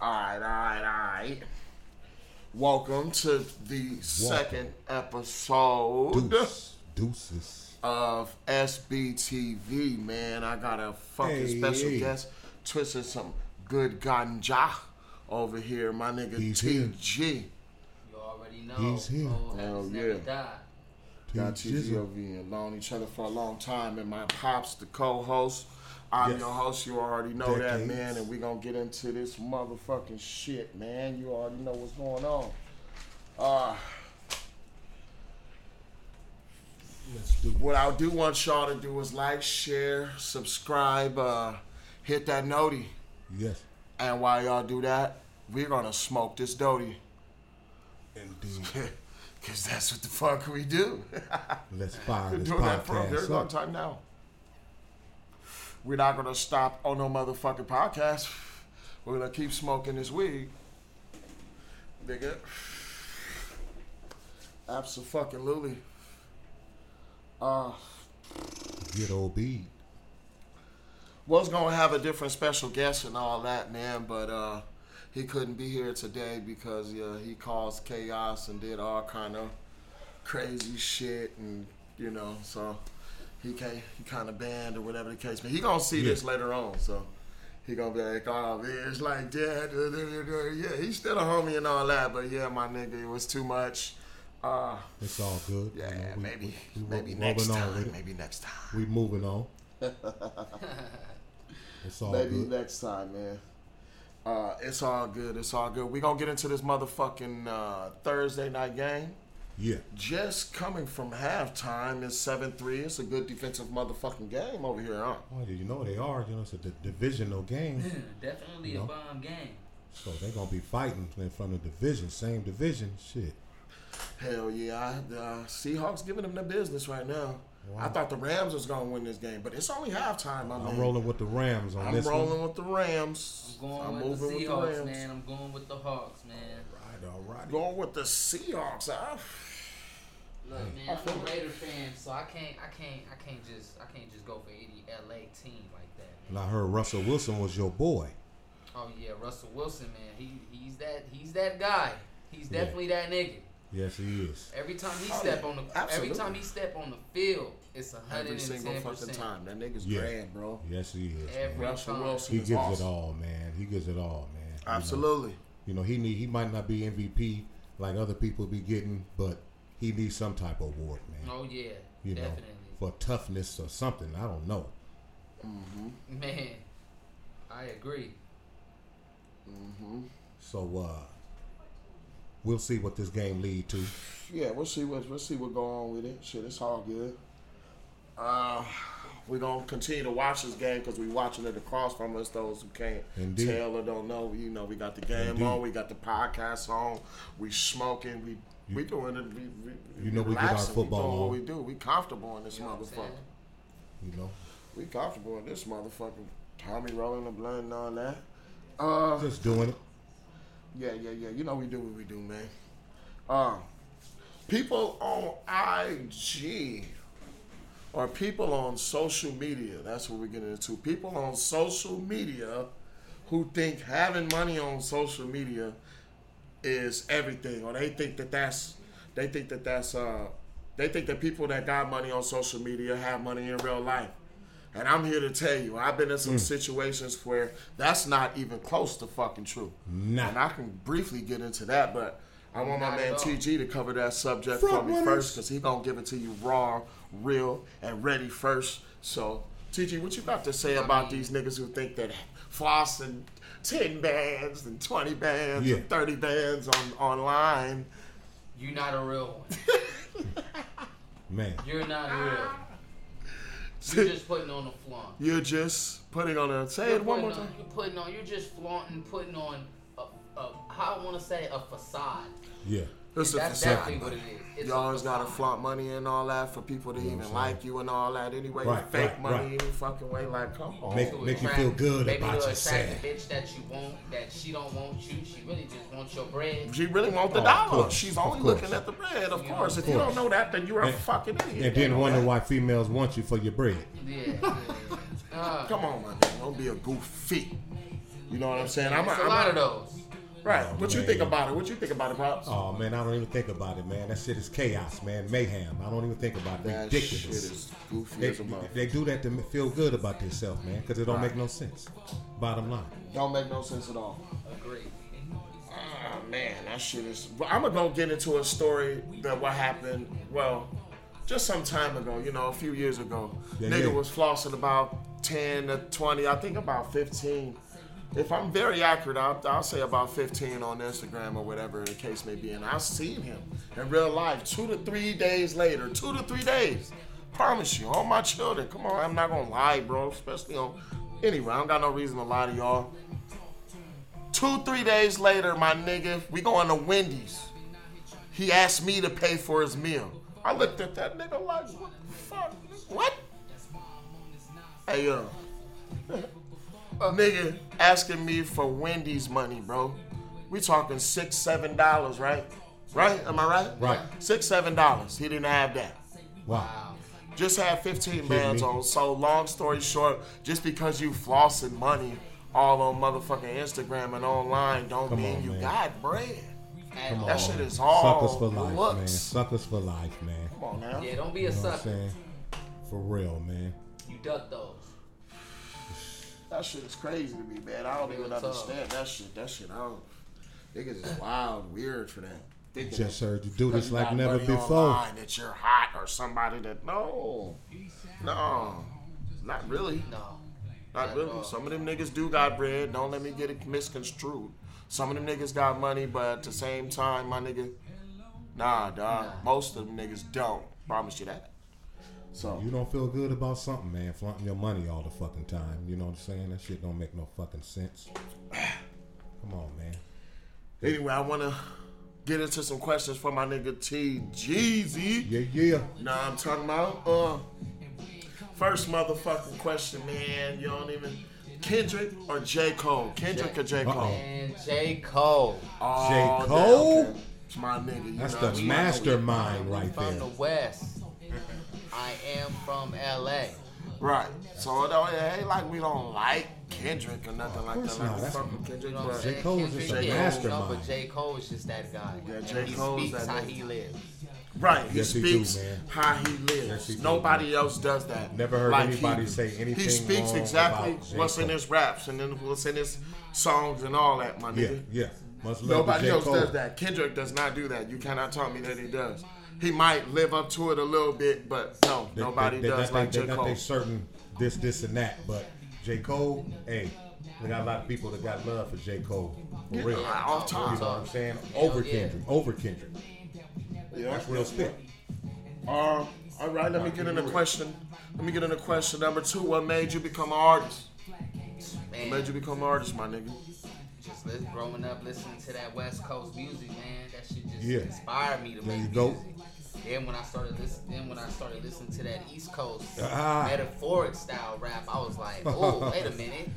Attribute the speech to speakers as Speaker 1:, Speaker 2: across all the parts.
Speaker 1: Alright, alright, alright. Welcome to the second episode
Speaker 2: Deuce. Deuces.
Speaker 1: of SBTV, man. I got a fucking
Speaker 2: Hey,
Speaker 1: special
Speaker 2: hey.
Speaker 1: guest twisting some good ganja over here, my nigga
Speaker 2: He's here.
Speaker 1: TG.
Speaker 3: You already know.
Speaker 2: He's here.
Speaker 3: Old
Speaker 1: Hell
Speaker 3: habits
Speaker 1: yeah.
Speaker 3: never die.
Speaker 1: Got
Speaker 2: Teach Jizzle.
Speaker 1: TG over here and known each other for a long time, and my pops, the co-host. I'm
Speaker 2: Yes.
Speaker 1: your host. You already know that,
Speaker 2: Decades.
Speaker 1: man. And we gonna get into this motherfucking shit, man. You already know what's going on. Uh,
Speaker 2: Let's do it.
Speaker 1: what I do want y'all to do is like, share, subscribe, uh, hit that noti.
Speaker 2: Yes.
Speaker 1: And while y'all do that, we're gonna smoke this doti.
Speaker 2: Indeed.
Speaker 1: Cause that's what the fuck we do.
Speaker 2: Let's fire
Speaker 1: We're
Speaker 2: this
Speaker 1: doing that for a very
Speaker 2: podcast
Speaker 1: long
Speaker 2: up.
Speaker 1: time now. We're not gonna stop on no motherfucking podcast. We're gonna keep smoking this weed, nigga. Absolutely. Uh,
Speaker 2: Get old beat.
Speaker 1: was gonna have a different special guest and all that, man, but uh, he couldn't be here today because yeah, he caused chaos and did all kind of crazy shit, and you know, so he can't. He kind of banned or whatever the case. But he gonna see this later on, so he gonna be like, "Oh man, it's like that." da, da, da, da." Yeah, he's still a homie and all that, but yeah, my nigga, it was too much. Uh,
Speaker 2: It's all good. You
Speaker 1: yeah,
Speaker 2: know, we-
Speaker 1: maybe,
Speaker 2: we- we
Speaker 1: maybe
Speaker 2: moving
Speaker 1: next
Speaker 2: on
Speaker 1: time.
Speaker 2: with it.
Speaker 1: Maybe next time.
Speaker 2: We moving on. It's all
Speaker 1: Maybe
Speaker 2: good.
Speaker 1: next time, man. Uh, it's all good. It's all good. we going to get into this motherfucking uh, Thursday night game.
Speaker 2: Yeah.
Speaker 1: Just coming from halftime is 7 3. It's a good defensive motherfucking game over here, huh?
Speaker 2: Oh, you know they are. You know it's a di- divisional game,
Speaker 3: Definitely
Speaker 2: No.
Speaker 3: a bomb game.
Speaker 2: so they're gonna be fighting in front of division, same division. Shit.
Speaker 1: Hell yeah. I, uh, Seahawks giving them the business right now. I
Speaker 2: Wow.
Speaker 1: thought the Rams was going to win this game, but it's only halftime, my
Speaker 2: I'm
Speaker 1: man.
Speaker 2: rolling with the Rams on
Speaker 1: I'm
Speaker 2: this
Speaker 1: rolling
Speaker 2: one.
Speaker 1: with the Rams.
Speaker 3: I'm going
Speaker 1: I'm
Speaker 3: with the
Speaker 1: moving
Speaker 3: Seahawks,
Speaker 1: Rams.
Speaker 3: man. I'm going with the Hawks, man.
Speaker 2: Right, all right.
Speaker 1: Going with the Seahawks. ah. huh?
Speaker 3: Look,
Speaker 1: I
Speaker 3: man, I'm
Speaker 1: feel
Speaker 3: a
Speaker 1: it.
Speaker 3: Raider fan, so I can't, I can't, I can't just, I can't just go for any LA team like that.
Speaker 2: And I heard Russell Wilson was your boy.
Speaker 3: Oh yeah, Russell Wilson, man. He, he's that, he's that guy. He's
Speaker 2: Yeah.
Speaker 3: definitely that nigga.
Speaker 2: Yes, he is.
Speaker 3: Every time he
Speaker 1: Oh,
Speaker 3: step
Speaker 1: yeah.
Speaker 3: on the,
Speaker 1: Absolutely.
Speaker 3: every time he step on the field, it's a hundred
Speaker 1: Every
Speaker 3: and
Speaker 1: single
Speaker 3: ten
Speaker 1: fucking
Speaker 3: percent.
Speaker 1: time. That nigga's
Speaker 2: Yeah.
Speaker 1: grand, bro.
Speaker 2: Yes, he is. man.
Speaker 3: Every-
Speaker 1: Russell
Speaker 3: time.
Speaker 1: Wilson
Speaker 2: He
Speaker 1: is
Speaker 2: gives it
Speaker 1: awesome.
Speaker 2: all, man. He gives it all, man. You know,
Speaker 1: Absolutely.
Speaker 2: You know, he need he might not be MVP like other people be getting, but he needs some type of award, man.
Speaker 3: Oh yeah,
Speaker 2: you
Speaker 3: definitely,
Speaker 2: know, for toughness or something. I don't know.
Speaker 3: man. I agree.
Speaker 2: So uh we'll see what this game lead to.
Speaker 1: Yeah, we'll see what we'll see what go on with it. Shit, it's all good. Uh, we're gonna continue to watch this game because we watching it across from us. Those who can't
Speaker 2: Indeed.
Speaker 1: tell or don't know, you know, we got the game
Speaker 2: Indeed.
Speaker 1: on, we got the podcast on, we smoking, we we doing it. We, we,
Speaker 2: You know we get our
Speaker 1: relaxing,
Speaker 2: football
Speaker 1: we doing
Speaker 2: on.
Speaker 1: What we do, we comfortable in this
Speaker 3: You know what I'm
Speaker 1: motherfucker.
Speaker 3: saying?
Speaker 2: You know,
Speaker 1: We comfortable in this motherfucker. Tommy rolling the blunt and all that. Uh,
Speaker 2: just doing it.
Speaker 1: Yeah, yeah, yeah. You know we do what we do, man. Um, people on IG or people on social media. That's what we're getting into. People on social media who think having money on social media is everything, or they think that that's they think that that's uh they think that people that got money on social media have money in real life. And I'm here to tell you, I've been in some situations where that's not even close to fucking true.
Speaker 2: Nah.
Speaker 1: And I can briefly get into that, but I want my
Speaker 3: Not at
Speaker 1: man
Speaker 3: all.
Speaker 1: TG to cover that subject
Speaker 2: Front
Speaker 1: for me
Speaker 2: runners.
Speaker 1: first, because he gonna give it to you raw, real, and ready first. So, TG, what you got to say about
Speaker 3: mean-
Speaker 1: these niggas who think that flossing ten bands and twenty bands
Speaker 2: Yeah.
Speaker 1: and thirty bands on online?
Speaker 3: You're not a real one.
Speaker 2: Man.
Speaker 3: You're not real. You're just putting on a flaunt.
Speaker 1: You're just putting on a say
Speaker 3: You're
Speaker 1: it one more
Speaker 3: putting on-
Speaker 1: time.
Speaker 3: You're putting on. You're just flaunting, putting on a, a how I want to say a facade.
Speaker 2: Yeah.
Speaker 1: It's a
Speaker 3: That's
Speaker 1: facade.
Speaker 3: definitely what it is. It's
Speaker 1: You
Speaker 3: a
Speaker 1: always gotta
Speaker 3: facade.
Speaker 1: flaunt money and all that for people to
Speaker 2: what
Speaker 1: even
Speaker 2: I'm
Speaker 1: like you and all that anyway.
Speaker 2: Right,
Speaker 1: fake
Speaker 2: right,
Speaker 1: money
Speaker 2: right.
Speaker 1: any fucking way, like come on.
Speaker 2: Make-
Speaker 3: To
Speaker 2: make you
Speaker 3: attract-
Speaker 2: feel good
Speaker 3: maybe
Speaker 2: about
Speaker 3: to
Speaker 2: yourself.
Speaker 3: attract the bitch that you want, that she don't want you. She really just wants your bread.
Speaker 1: She really wants the
Speaker 2: Oh, of
Speaker 1: dollar.
Speaker 2: course,
Speaker 1: She's
Speaker 2: of
Speaker 1: only
Speaker 2: course.
Speaker 1: looking at the bread, of
Speaker 3: Yeah,
Speaker 1: course.
Speaker 3: of
Speaker 1: If you don't
Speaker 2: course.
Speaker 1: know that, then you're a
Speaker 2: And-
Speaker 1: fucking idiot.
Speaker 2: And
Speaker 1: They
Speaker 2: then
Speaker 1: know
Speaker 2: wonder
Speaker 1: that.
Speaker 2: why females want you for your bread.
Speaker 3: Yeah. yeah. Uh,
Speaker 1: Come on, my nigga. Don't be a goofy. You know what I'm saying? I'm,
Speaker 3: It's a
Speaker 1: I'm-
Speaker 3: lot of those.
Speaker 1: Right. What you
Speaker 2: man.
Speaker 1: think about it? What you think about it, Pops?
Speaker 2: Oh man, I don't even think about it, man. That shit is chaos, man. Mayhem. I don't even think about it.
Speaker 1: that
Speaker 2: Ridiculous.
Speaker 1: shit is goofy
Speaker 2: They,
Speaker 1: as a mother.
Speaker 2: they do that to m- feel good about themselves, man, because it don't make no sense. Bottom line.
Speaker 1: Don't make no sense at all.
Speaker 3: Agree.
Speaker 1: Ah man, that shit is. I'm gonna go get into a story that what happened. Well, just some time ago, you know, a few years ago,
Speaker 2: Yeah,
Speaker 1: nigga
Speaker 2: yeah.
Speaker 1: was flossing about ten to twenty. I think about fifteen. If I'm very accurate, I'll, I'll say about 15 on Instagram or whatever the case may be. And I've seen him in real life two to three days later. Two to three days. Promise you, all my children. Come on, I'm not gonna lie, bro. Especially on. Anyway, I don't got no reason to lie to y'all. Two, three days later, my nigga, we going to Wendy's. He asked me to pay for his meal. I looked at that nigga like, what the fuck? What? Hey, yo. A nigga asking me for Wendy's money, bro. We talking six, seven dollars, right? Right? Am I right?
Speaker 2: Right.
Speaker 1: Six, seven dollars. He didn't have that
Speaker 2: Wow.
Speaker 3: Um,
Speaker 1: just had 15 bands
Speaker 2: me.
Speaker 1: on. So long story short, just because you flossing money all on motherfucking Instagram and online don't
Speaker 2: Come
Speaker 1: mean
Speaker 2: on,
Speaker 1: you
Speaker 2: man.
Speaker 1: got bread.
Speaker 3: Hey,
Speaker 1: That shit is all
Speaker 2: Suckers for life, man.
Speaker 1: looks.
Speaker 2: Suckers for life, man.
Speaker 1: Come on now.
Speaker 3: Yeah, don't be a
Speaker 2: You know what I'm
Speaker 3: sucker.
Speaker 2: saying? For real, man.
Speaker 3: You duck those.
Speaker 1: That shit is crazy to me, man. I don't even
Speaker 3: Real talk.
Speaker 1: understand that shit. That shit, I don't. Niggas is wild, weird for that. Thinking
Speaker 2: Just
Speaker 1: that
Speaker 2: heard you do
Speaker 1: because
Speaker 2: this
Speaker 1: you
Speaker 2: like
Speaker 1: got
Speaker 2: never
Speaker 1: money
Speaker 2: before.
Speaker 1: online That you're hot or somebody that no, no, not really.
Speaker 3: No.
Speaker 1: Not really. Some of them niggas do got bread. Don't let me get it misconstrued. Some of them niggas got money, but at the same time, my nigga, nah, dog. Most of them niggas don't. Promise you that. So
Speaker 2: You don't feel good about something, man, flaunting your money all the fucking time. You know what I'm saying? That shit don't make no fucking sense. Come on, man.
Speaker 1: anyway, I wanna get into some questions for my nigga T Jeezy.
Speaker 2: Yeah, yeah.
Speaker 1: Nah, I'm talking about uh first motherfucking question, man. You don't even Kendrick or J. Cole? Kendrick or J. Cole?
Speaker 2: Uh-oh.
Speaker 3: And J. Cole.
Speaker 1: Oh,
Speaker 2: J.
Speaker 1: yeah,
Speaker 2: Cole?
Speaker 1: okay. It's my nigga. You
Speaker 2: That's
Speaker 1: know,
Speaker 2: the
Speaker 1: it's my nigga.
Speaker 2: mastermind
Speaker 3: I'm
Speaker 2: right
Speaker 3: from
Speaker 2: there.
Speaker 3: the West. I am from LA.
Speaker 1: Right. So it, don't, it ain't like we don't like Kendrick or nothing like
Speaker 2: course
Speaker 1: that. Like
Speaker 2: not.
Speaker 1: we
Speaker 2: That's-
Speaker 1: fuck with Kendrick,
Speaker 3: You know what I'm
Speaker 1: but
Speaker 3: saying?
Speaker 2: J. Cole is
Speaker 3: Kendrick,
Speaker 1: just a
Speaker 3: yeah, you know,
Speaker 2: mastermind.
Speaker 3: But J. Cole is just that guy.
Speaker 1: Yeah,
Speaker 3: And
Speaker 1: J.
Speaker 3: He
Speaker 1: Cole's
Speaker 3: speaks
Speaker 1: that
Speaker 3: how
Speaker 1: nigga.
Speaker 3: he lives.
Speaker 1: right, he
Speaker 2: Yes, he do,
Speaker 1: speaks
Speaker 2: man.
Speaker 1: how he lives.
Speaker 2: Yes, he do,
Speaker 1: Nobody else does that.
Speaker 2: Never heard
Speaker 1: like
Speaker 2: anybody
Speaker 1: he, do.
Speaker 2: say anything
Speaker 1: He speaks
Speaker 2: wrong
Speaker 1: exactly
Speaker 2: about J.
Speaker 1: what's in
Speaker 2: Cole.
Speaker 1: his raps and then what's in his songs and all that, my
Speaker 2: Yeah,
Speaker 1: nigga.
Speaker 2: yeah. Much love to
Speaker 1: Nobody
Speaker 2: J.
Speaker 1: else
Speaker 2: Cole.
Speaker 1: does that. Kendrick does not do that. You cannot tell me that he does. He might live up to it a little bit, but no,
Speaker 2: They-
Speaker 1: nobody
Speaker 2: they, they
Speaker 1: does
Speaker 2: got
Speaker 1: like J.
Speaker 2: they, they got
Speaker 1: Cole.
Speaker 2: they certain this, this, and that. But J. Cole, hey, we got a lot of people that got love for J. Cole. For real. You
Speaker 1: All
Speaker 2: know
Speaker 1: time.
Speaker 2: what I'm saying? Over
Speaker 3: yeah.
Speaker 2: Kendrick. Over Kendrick.
Speaker 1: Yeah.
Speaker 2: That's real spit.
Speaker 1: Um, all right, let me get in a question. Let me get in a question number two. What made you become an artist? What
Speaker 3: Man,
Speaker 1: made you become an artist, my nigga?
Speaker 3: just li- growing up listening to that West Coast music, man, that shit just
Speaker 2: Yeah.
Speaker 3: inspired me to
Speaker 2: There
Speaker 3: make
Speaker 2: you go.
Speaker 3: music. Then when I started listening, then when I started listening to that East Coast
Speaker 2: Ah.
Speaker 3: metaphoric style rap, I was like, oh, wait a minute,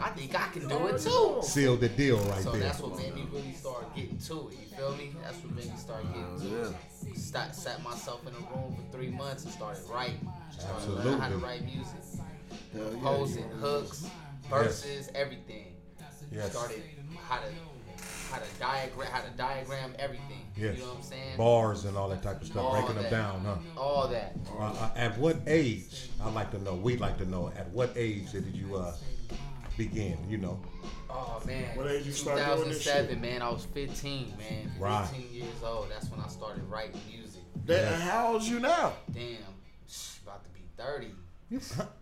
Speaker 3: I think I can do it too.
Speaker 2: Sealed the deal right
Speaker 3: So
Speaker 2: there.
Speaker 3: that's what made me really start getting to it. You feel me? That's what made me start
Speaker 1: Oh,
Speaker 3: getting to it. Sat, sat myself in a room for three months and started writing. Started learning how to
Speaker 2: Absolutely.
Speaker 3: write music,
Speaker 1: Hell Oh, yeah,
Speaker 3: composing,
Speaker 1: you-
Speaker 3: hooks, verses, everything.
Speaker 2: Yes.
Speaker 3: Started how to how to diagram how to diagram everything.
Speaker 2: Yes.
Speaker 3: You know what I'm saying?
Speaker 2: Bars and all that type of stuff.
Speaker 3: All
Speaker 2: breaking
Speaker 3: that.
Speaker 2: them down, huh?
Speaker 3: All that.
Speaker 2: Uh, uh, at what age? I like to know. We like to know. At what age did you uh, begin? You know,
Speaker 3: Oh man.
Speaker 1: What age you start doing this
Speaker 3: 2007,
Speaker 1: shit?
Speaker 3: man. I was 15, man.
Speaker 2: Right.
Speaker 3: 15 years old. That's when I started writing music.
Speaker 1: That- and How old you now?
Speaker 3: Damn. About to be 30.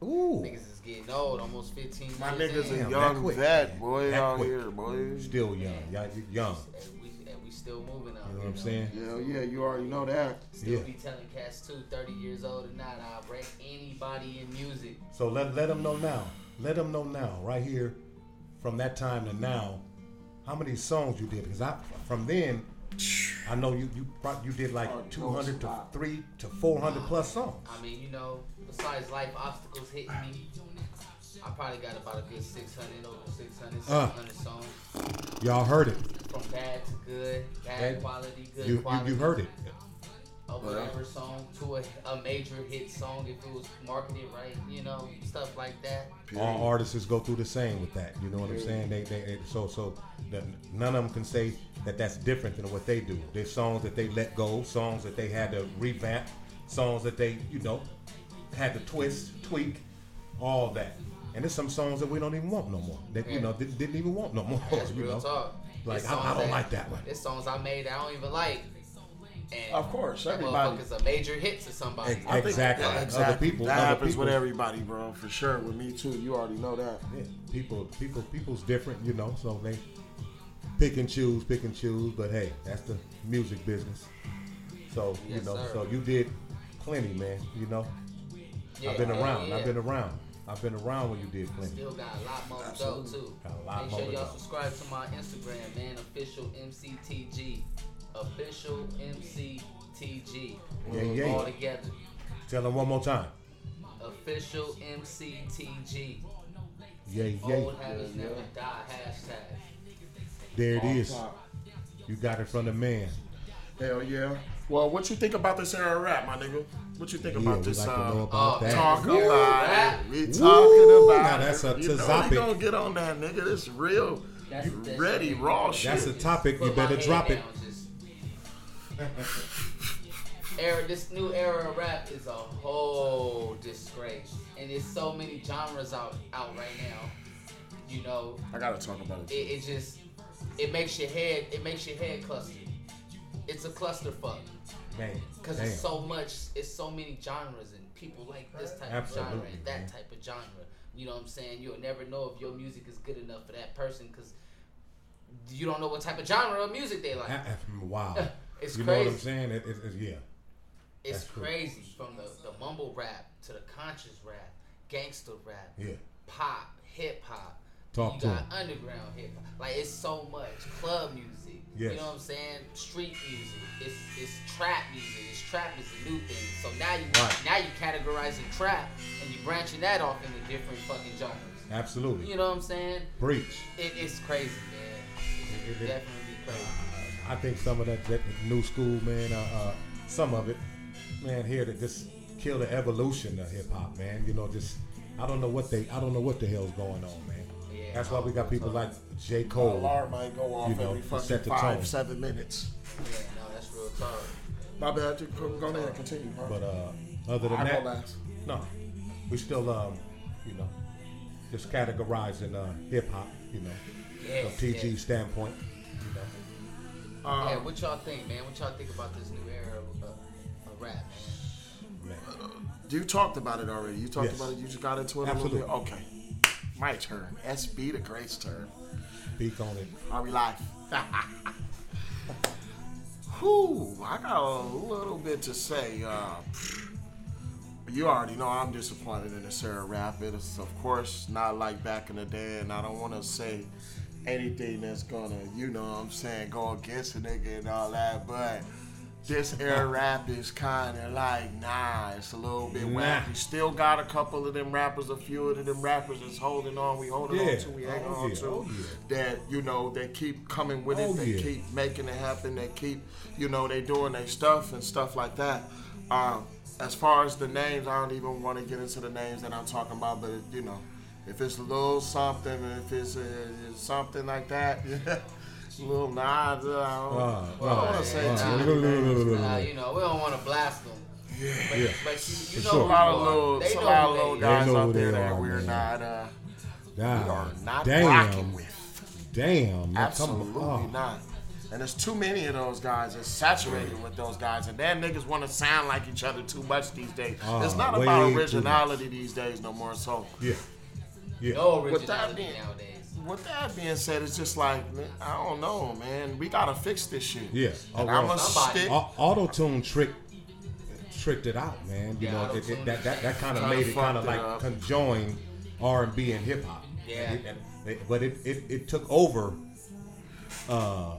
Speaker 2: ooh,
Speaker 3: Niggas is getting old, almost 15
Speaker 1: My
Speaker 3: years
Speaker 1: niggas
Speaker 3: in.
Speaker 1: a
Speaker 2: Damn, that
Speaker 1: young
Speaker 2: quick,
Speaker 1: vet,
Speaker 2: man.
Speaker 1: boy,
Speaker 2: That
Speaker 1: out
Speaker 2: quick.
Speaker 1: here, boy.
Speaker 2: still young. Y'all you young.
Speaker 3: And we, and we still moving out
Speaker 2: You know what
Speaker 3: here,
Speaker 2: I'm
Speaker 3: though.
Speaker 2: saying?
Speaker 1: Hell yeah, you already know that.
Speaker 3: Still
Speaker 2: Yeah.
Speaker 3: be telling cats too, 30 years old or not, I'll break anybody in music.
Speaker 2: So let let them know now. Let them know now, right here, from that time to now, how many songs you did? Because I from then, I know you you pro- you did like
Speaker 1: Oh, no,
Speaker 2: 200 to
Speaker 1: stop.
Speaker 2: three to 400 plus songs.
Speaker 3: I mean, you know, besides life obstacles hitting me, I probably got about a good 600, over 600, 700
Speaker 2: Uh.
Speaker 3: songs.
Speaker 2: Y'all heard it.
Speaker 3: From bad to good, bad
Speaker 2: Hey,
Speaker 3: quality, good
Speaker 2: You, you
Speaker 3: quality.
Speaker 2: you heard it.
Speaker 3: or whatever song to a, a major hit song if it was marketed right, you know, stuff like that.
Speaker 1: Period.
Speaker 2: All artists go through the same with that. You know what I'm saying? They, they, they- so so the, none of them can say that that's different than what they do. There's songs that they let go, songs that they had to revamp, songs that they you know had to twist, tweak, all that. And there's some songs that we don't even want no more. That you know didn't, didn't even want no more.
Speaker 3: That's
Speaker 2: you
Speaker 3: real
Speaker 2: know?
Speaker 3: talk.
Speaker 2: Like,
Speaker 3: It's
Speaker 2: I- I
Speaker 3: songs
Speaker 2: don't like that one.
Speaker 3: It's songs I made that I don't even like. And
Speaker 1: Of course,
Speaker 3: that
Speaker 1: everybody-
Speaker 3: motherfucker's a major hit to somebody.
Speaker 2: Ex- ex- Exactly.
Speaker 1: Yeah,
Speaker 2: Other
Speaker 1: exactly.
Speaker 2: people-
Speaker 1: that
Speaker 2: other
Speaker 1: happens
Speaker 2: people-
Speaker 1: with everybody, bro. For sure. With me too. You already know that.
Speaker 2: Yeah, people, people, people's different, you know. So they pick and choose, pick and choose. But hey, that's the music business. So you
Speaker 3: Yes,
Speaker 2: know,
Speaker 3: sir.
Speaker 2: so you did plenty, man. You know,
Speaker 3: Yeah,
Speaker 2: I've been
Speaker 3: hell
Speaker 2: around.
Speaker 3: yeah.
Speaker 2: I've been around. I've been around when you did plenty.
Speaker 3: Still got a lot more to go
Speaker 1: Absolutely.
Speaker 3: too.
Speaker 2: Got a lot
Speaker 3: Make
Speaker 2: more
Speaker 3: sure
Speaker 2: to
Speaker 3: y'all
Speaker 2: go.
Speaker 3: subscribe to my Instagram, man. Official MCTG. Official MCTG.
Speaker 2: Yeah, yeah.
Speaker 3: All together.
Speaker 2: Tell them one more time.
Speaker 3: Official MCTG.
Speaker 2: Yeah, yeah.
Speaker 3: Old habits
Speaker 1: Yeah,
Speaker 3: never
Speaker 1: yeah.
Speaker 3: die. Hashtag.
Speaker 2: There it is.
Speaker 1: Off
Speaker 2: You got it from the man.
Speaker 1: top. Hell yeah. Well, what you think about this era of rap, my nigga? What you think
Speaker 2: Yeah,
Speaker 1: about
Speaker 2: we
Speaker 1: this?
Speaker 2: like to know
Speaker 1: um,
Speaker 2: about
Speaker 3: oh,
Speaker 2: that.
Speaker 1: Talk
Speaker 3: Woo,
Speaker 1: about
Speaker 3: rap.
Speaker 1: it. We
Speaker 2: Woo.
Speaker 1: talking about
Speaker 2: Now
Speaker 1: it.
Speaker 2: that's a
Speaker 1: you know
Speaker 2: topic.
Speaker 1: we gonna get on that, nigga. This real,
Speaker 3: That's-
Speaker 1: you
Speaker 3: that's-
Speaker 1: ready, raw shit.
Speaker 2: That's a topic.
Speaker 3: Put
Speaker 2: You
Speaker 3: my
Speaker 2: better
Speaker 3: head
Speaker 2: drop it.
Speaker 3: down, just- era, this new era of rap is a whole disgrace, and there's so many genres out out right now. You know,
Speaker 1: I gotta talk about
Speaker 3: it,
Speaker 1: it.
Speaker 3: it just it makes your head it makes your head cluster. It's a clusterfuck
Speaker 2: Man,
Speaker 3: because
Speaker 2: damn.
Speaker 3: it's so much. It's so many genres and people like this type of genre
Speaker 2: Absolutely, man.
Speaker 3: and that type of genre. You know what I'm saying? You'll never know if your music is good enough for that person because you don't know what type of genre of music they like.
Speaker 2: I- I- wow.
Speaker 3: It's
Speaker 2: you know what I'm
Speaker 3: crazy.
Speaker 2: saying? It, it, it- yeah.
Speaker 3: It's
Speaker 2: That's true.
Speaker 3: crazy from the, the mumble rap to the conscious rap, gangster rap,
Speaker 2: Yeah.
Speaker 3: pop, hip hop.
Speaker 2: Talk
Speaker 3: you
Speaker 2: to
Speaker 3: got
Speaker 2: 'em.
Speaker 3: underground hip hop. Like it's so much club music. You
Speaker 2: Yes.
Speaker 3: know what I'm saying? Street music. It's it's trap music. It's trap is the new thing. So now you
Speaker 2: Right.
Speaker 3: now you categorizing trap and you branching that off into different fucking genres.
Speaker 2: Absolutely.
Speaker 3: You know what I'm saying?
Speaker 2: Preach.
Speaker 3: It, it's crazy, man. It's
Speaker 2: It- it-
Speaker 3: definitely crazy.
Speaker 2: I think some of that, that new school, man, uh, uh, some of it, man, here to just kill the evolution of hip hop, man. You know, just I don't know what they, I don't know what the hell's going on, man.
Speaker 3: Yeah,
Speaker 2: That's why we got people like J.
Speaker 1: The
Speaker 2: Cole.
Speaker 1: alarm might go off
Speaker 2: Oh. You know,
Speaker 1: every
Speaker 2: to
Speaker 1: fucking
Speaker 2: set the
Speaker 1: five,
Speaker 2: tone.
Speaker 1: seven minutes.
Speaker 3: Yeah, no, that's real talk.
Speaker 1: My bad. Just Go, go ahead and continue, bro.
Speaker 2: But uh, other than
Speaker 1: I go
Speaker 2: that,
Speaker 1: last.
Speaker 2: no, we still, um, you know, just categorizing uh, hip hop, you know,
Speaker 3: Yeah,
Speaker 2: from TG
Speaker 3: yeah.
Speaker 2: standpoint.
Speaker 1: Um,
Speaker 3: Yeah, what y'all think, man? What y'all think about this new era of, uh, of rap, man?
Speaker 2: Man.
Speaker 1: You talked about it already. You talked
Speaker 2: uh, Yes.
Speaker 1: about it. You just got into it
Speaker 2: Absolutely.
Speaker 1: a little bit. Okay. My turn. SB, the grace turn.
Speaker 2: Speak on it.
Speaker 1: Are we live? Whew, I got a little bit to say. Uh, you already know I'm disappointed in the Sarah rap. It's, of course, not like back in the day, and I don't want to say anything that's gonna, you know what I'm saying, go against a nigga and all that, but this air rap is kind of like, nah, it's a little bit
Speaker 2: Nah.
Speaker 1: wacky. Still got a couple of them rappers, a few of them rappers that's holding on. We holding
Speaker 2: Yeah.
Speaker 1: on to, we hanging
Speaker 2: Oh,
Speaker 1: on
Speaker 2: yeah.
Speaker 1: to
Speaker 2: Oh, yeah.
Speaker 1: that you know they keep coming with it,
Speaker 2: Oh,
Speaker 1: they
Speaker 2: yeah.
Speaker 1: keep making it happen, they keep you know they doing their stuff and stuff like that. Um, as far as the names, I don't even want to get into the names that I'm talking about, but you know, if it's a little something, if it's uh something like that, yeah, little Nas, I don't,
Speaker 2: Uh,
Speaker 1: I don't want
Speaker 2: uh,
Speaker 1: to say
Speaker 2: uh,
Speaker 1: too many
Speaker 3: nah.
Speaker 1: names.
Speaker 3: Uh, you know, we don't want to blast them. But,
Speaker 2: Yeah.
Speaker 3: but you, you
Speaker 2: For
Speaker 3: know,
Speaker 2: sure.
Speaker 1: A lot of
Speaker 3: who you are.
Speaker 1: little,
Speaker 3: They
Speaker 1: a lot
Speaker 3: know who
Speaker 1: of little
Speaker 3: they
Speaker 1: guys
Speaker 2: know
Speaker 1: out
Speaker 2: who
Speaker 1: there
Speaker 2: they
Speaker 1: that
Speaker 2: are,
Speaker 1: we're
Speaker 2: man.
Speaker 1: not, uh, we are
Speaker 2: God
Speaker 1: not rocking
Speaker 2: damn,
Speaker 1: with.
Speaker 2: damn, man, come on. Oh.
Speaker 1: Absolutely not. And there's too many of those guys. It's saturated with those guys, and damn niggas want to sound like each other too much these days.
Speaker 2: Oh,
Speaker 1: it's not
Speaker 2: way
Speaker 1: about
Speaker 2: too
Speaker 1: originality these days no more. So,
Speaker 2: Yeah, yeah.
Speaker 3: No
Speaker 1: With that
Speaker 3: originality
Speaker 1: being-
Speaker 3: nowadays.
Speaker 1: with that being said, it's just like man, I don't know, man. We gotta fix this shit.
Speaker 2: Yeah. Oh,
Speaker 1: and
Speaker 2: well,
Speaker 1: I'm gonna
Speaker 3: somebody-
Speaker 1: stick.
Speaker 2: Auto tune trick tricked it out, man. You
Speaker 3: Yeah,
Speaker 2: know, it, it,
Speaker 3: auto-tune.
Speaker 2: that that, that kind of
Speaker 1: Kinda
Speaker 2: made it kind
Speaker 1: fucked
Speaker 2: of
Speaker 1: it
Speaker 2: like
Speaker 1: up.
Speaker 2: conjoined R and B and hip hop.
Speaker 3: Yeah.
Speaker 2: And it- and it- but it, it, it took over uh,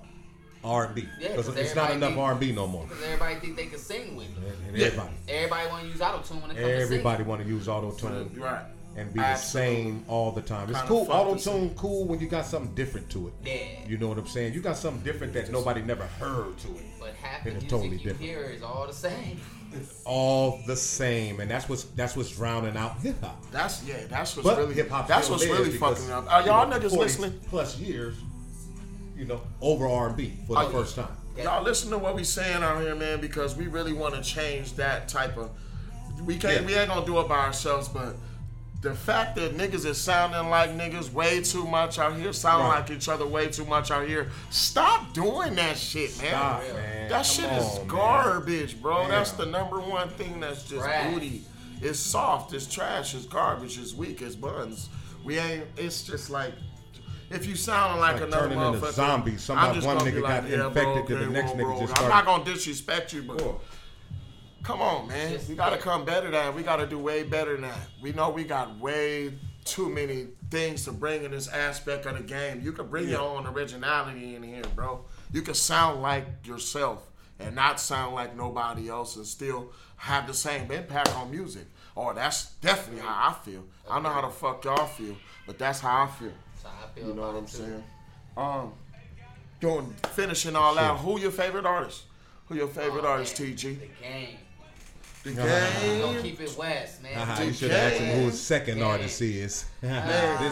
Speaker 2: R and B
Speaker 3: Yeah,
Speaker 2: it's
Speaker 3: 'cause
Speaker 2: not
Speaker 3: everybody
Speaker 2: enough
Speaker 3: think-
Speaker 2: R and B no more.
Speaker 3: Because everybody think they can sing with it.
Speaker 2: And
Speaker 1: Yeah.
Speaker 2: everybody,
Speaker 3: Everybody want to use auto tune when it comes
Speaker 2: everybody want to use auto tune.
Speaker 1: Right.
Speaker 2: and be
Speaker 1: Absolutely.
Speaker 2: the same all the time. It's
Speaker 1: Kinda
Speaker 2: cool.
Speaker 1: funky.
Speaker 2: Auto tune cool when you got something different to it.
Speaker 3: Yeah.
Speaker 2: You know what I'm saying? You got something different that nobody never heard to it.
Speaker 3: But half the
Speaker 2: It's
Speaker 3: music
Speaker 2: totally
Speaker 3: you
Speaker 2: different.
Speaker 3: hear is all the same.
Speaker 2: All the same, and that's what's that's what's drowning out hip hop.
Speaker 1: That's yeah. That's what's
Speaker 2: But
Speaker 1: really
Speaker 2: hip hop.
Speaker 1: That's what's really fucking up. Are y'all niggas listening?
Speaker 2: Plus years, you know, over R and B for the
Speaker 1: Oh, yeah.
Speaker 2: first time.
Speaker 1: Y'all listen to what we saying out here, man, because we really want to change that type of. We can't.
Speaker 2: Yeah.
Speaker 1: We ain't gonna do it by ourselves, but the fact that niggas is sounding like niggas way too much out here, sound
Speaker 2: Right.
Speaker 1: like each other way too much out here. Stop doing that shit, man.
Speaker 2: Stop,
Speaker 1: That
Speaker 2: man. Come
Speaker 1: shit
Speaker 2: on,
Speaker 1: is
Speaker 2: man.
Speaker 1: garbage, bro. That's
Speaker 2: Yeah.
Speaker 1: the number one thing that's just
Speaker 3: Trash.
Speaker 1: booty. It's soft. It's trash. It's garbage. It's weak. It's buns. We ain't. It's just like. If you sound like,
Speaker 2: Like
Speaker 1: another
Speaker 2: turning into
Speaker 1: motherfucker,
Speaker 2: zombies. Somehow
Speaker 1: I'm just
Speaker 2: one
Speaker 1: gonna
Speaker 2: nigga
Speaker 1: be
Speaker 2: got infected, then the next
Speaker 1: well,
Speaker 2: nigga
Speaker 1: bro,
Speaker 2: just
Speaker 1: I'm
Speaker 2: started-
Speaker 1: not gonna disrespect you, but
Speaker 2: Cool.
Speaker 1: come on, man,
Speaker 3: Just-
Speaker 1: we gotta come better than that. We gotta do way better than that. We know we got way too many things to bring in this aspect of the game. You can bring your own originality in here, bro. You can sound like yourself and not sound like nobody else, and still have the same impact on music. Or that's definitely how I feel. I know how the fuck y'all feel, but that's how I feel.
Speaker 3: So I feel
Speaker 1: You know
Speaker 3: about
Speaker 1: what I'm
Speaker 3: it too.
Speaker 1: saying? Um, doing finishing all out. Who your favorite artist? Who your
Speaker 3: Aw,
Speaker 1: favorite artist?
Speaker 3: Oh, man,
Speaker 1: TG.
Speaker 3: The game.
Speaker 1: The
Speaker 3: Don't
Speaker 1: game.
Speaker 3: keep it west, man.
Speaker 2: Uh-huh,
Speaker 3: Keep
Speaker 2: you
Speaker 3: it
Speaker 2: should have asked him who his
Speaker 3: west.
Speaker 2: second
Speaker 3: Yeah.
Speaker 2: artist is. this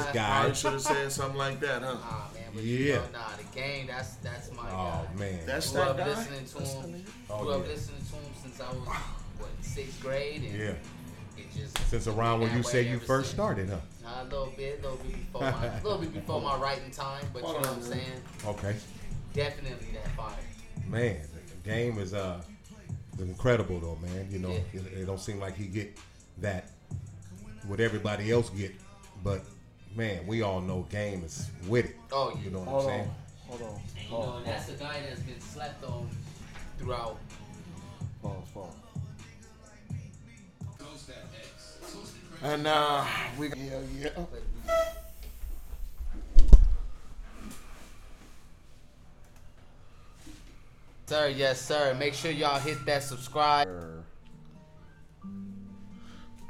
Speaker 1: I
Speaker 2: guy.
Speaker 1: should have said something like that, huh?
Speaker 3: Nah, man, but you
Speaker 2: Yeah.
Speaker 3: know, nah, the game. That's that's my
Speaker 2: Oh
Speaker 3: guy.
Speaker 2: man.
Speaker 1: That's
Speaker 3: grew
Speaker 1: that
Speaker 3: up
Speaker 1: guy.
Speaker 3: listening to
Speaker 1: That's
Speaker 3: him.
Speaker 2: Oh,
Speaker 3: grew up
Speaker 2: yeah.
Speaker 3: listening to him since I was what sixth grade, and
Speaker 2: yeah.
Speaker 3: it just
Speaker 2: Since around when
Speaker 3: been
Speaker 2: you
Speaker 3: that
Speaker 2: say
Speaker 3: way
Speaker 2: you
Speaker 3: ever
Speaker 2: first
Speaker 3: since.
Speaker 2: started, huh?
Speaker 3: Nah, a little bit, a little bit before my, little bit before my writing time, but you know what I'm saying?
Speaker 2: Okay.
Speaker 3: Definitely that fire.
Speaker 2: Man, the game is uh is incredible though, man. You know,
Speaker 3: Yeah.
Speaker 2: it, it don't seem like he get that what everybody else get, but man, we all know game is with it.
Speaker 3: Oh, yeah.
Speaker 2: You know what I'm
Speaker 1: Hold
Speaker 2: saying?
Speaker 1: on, hold on,
Speaker 2: Oh.
Speaker 3: And you know,
Speaker 1: hold on,
Speaker 3: that's a guy that's been slept on throughout.
Speaker 1: hold on. And uh, we yeah yeah.
Speaker 3: But Sir, yes, sir. Make sure y'all hit that subscribe.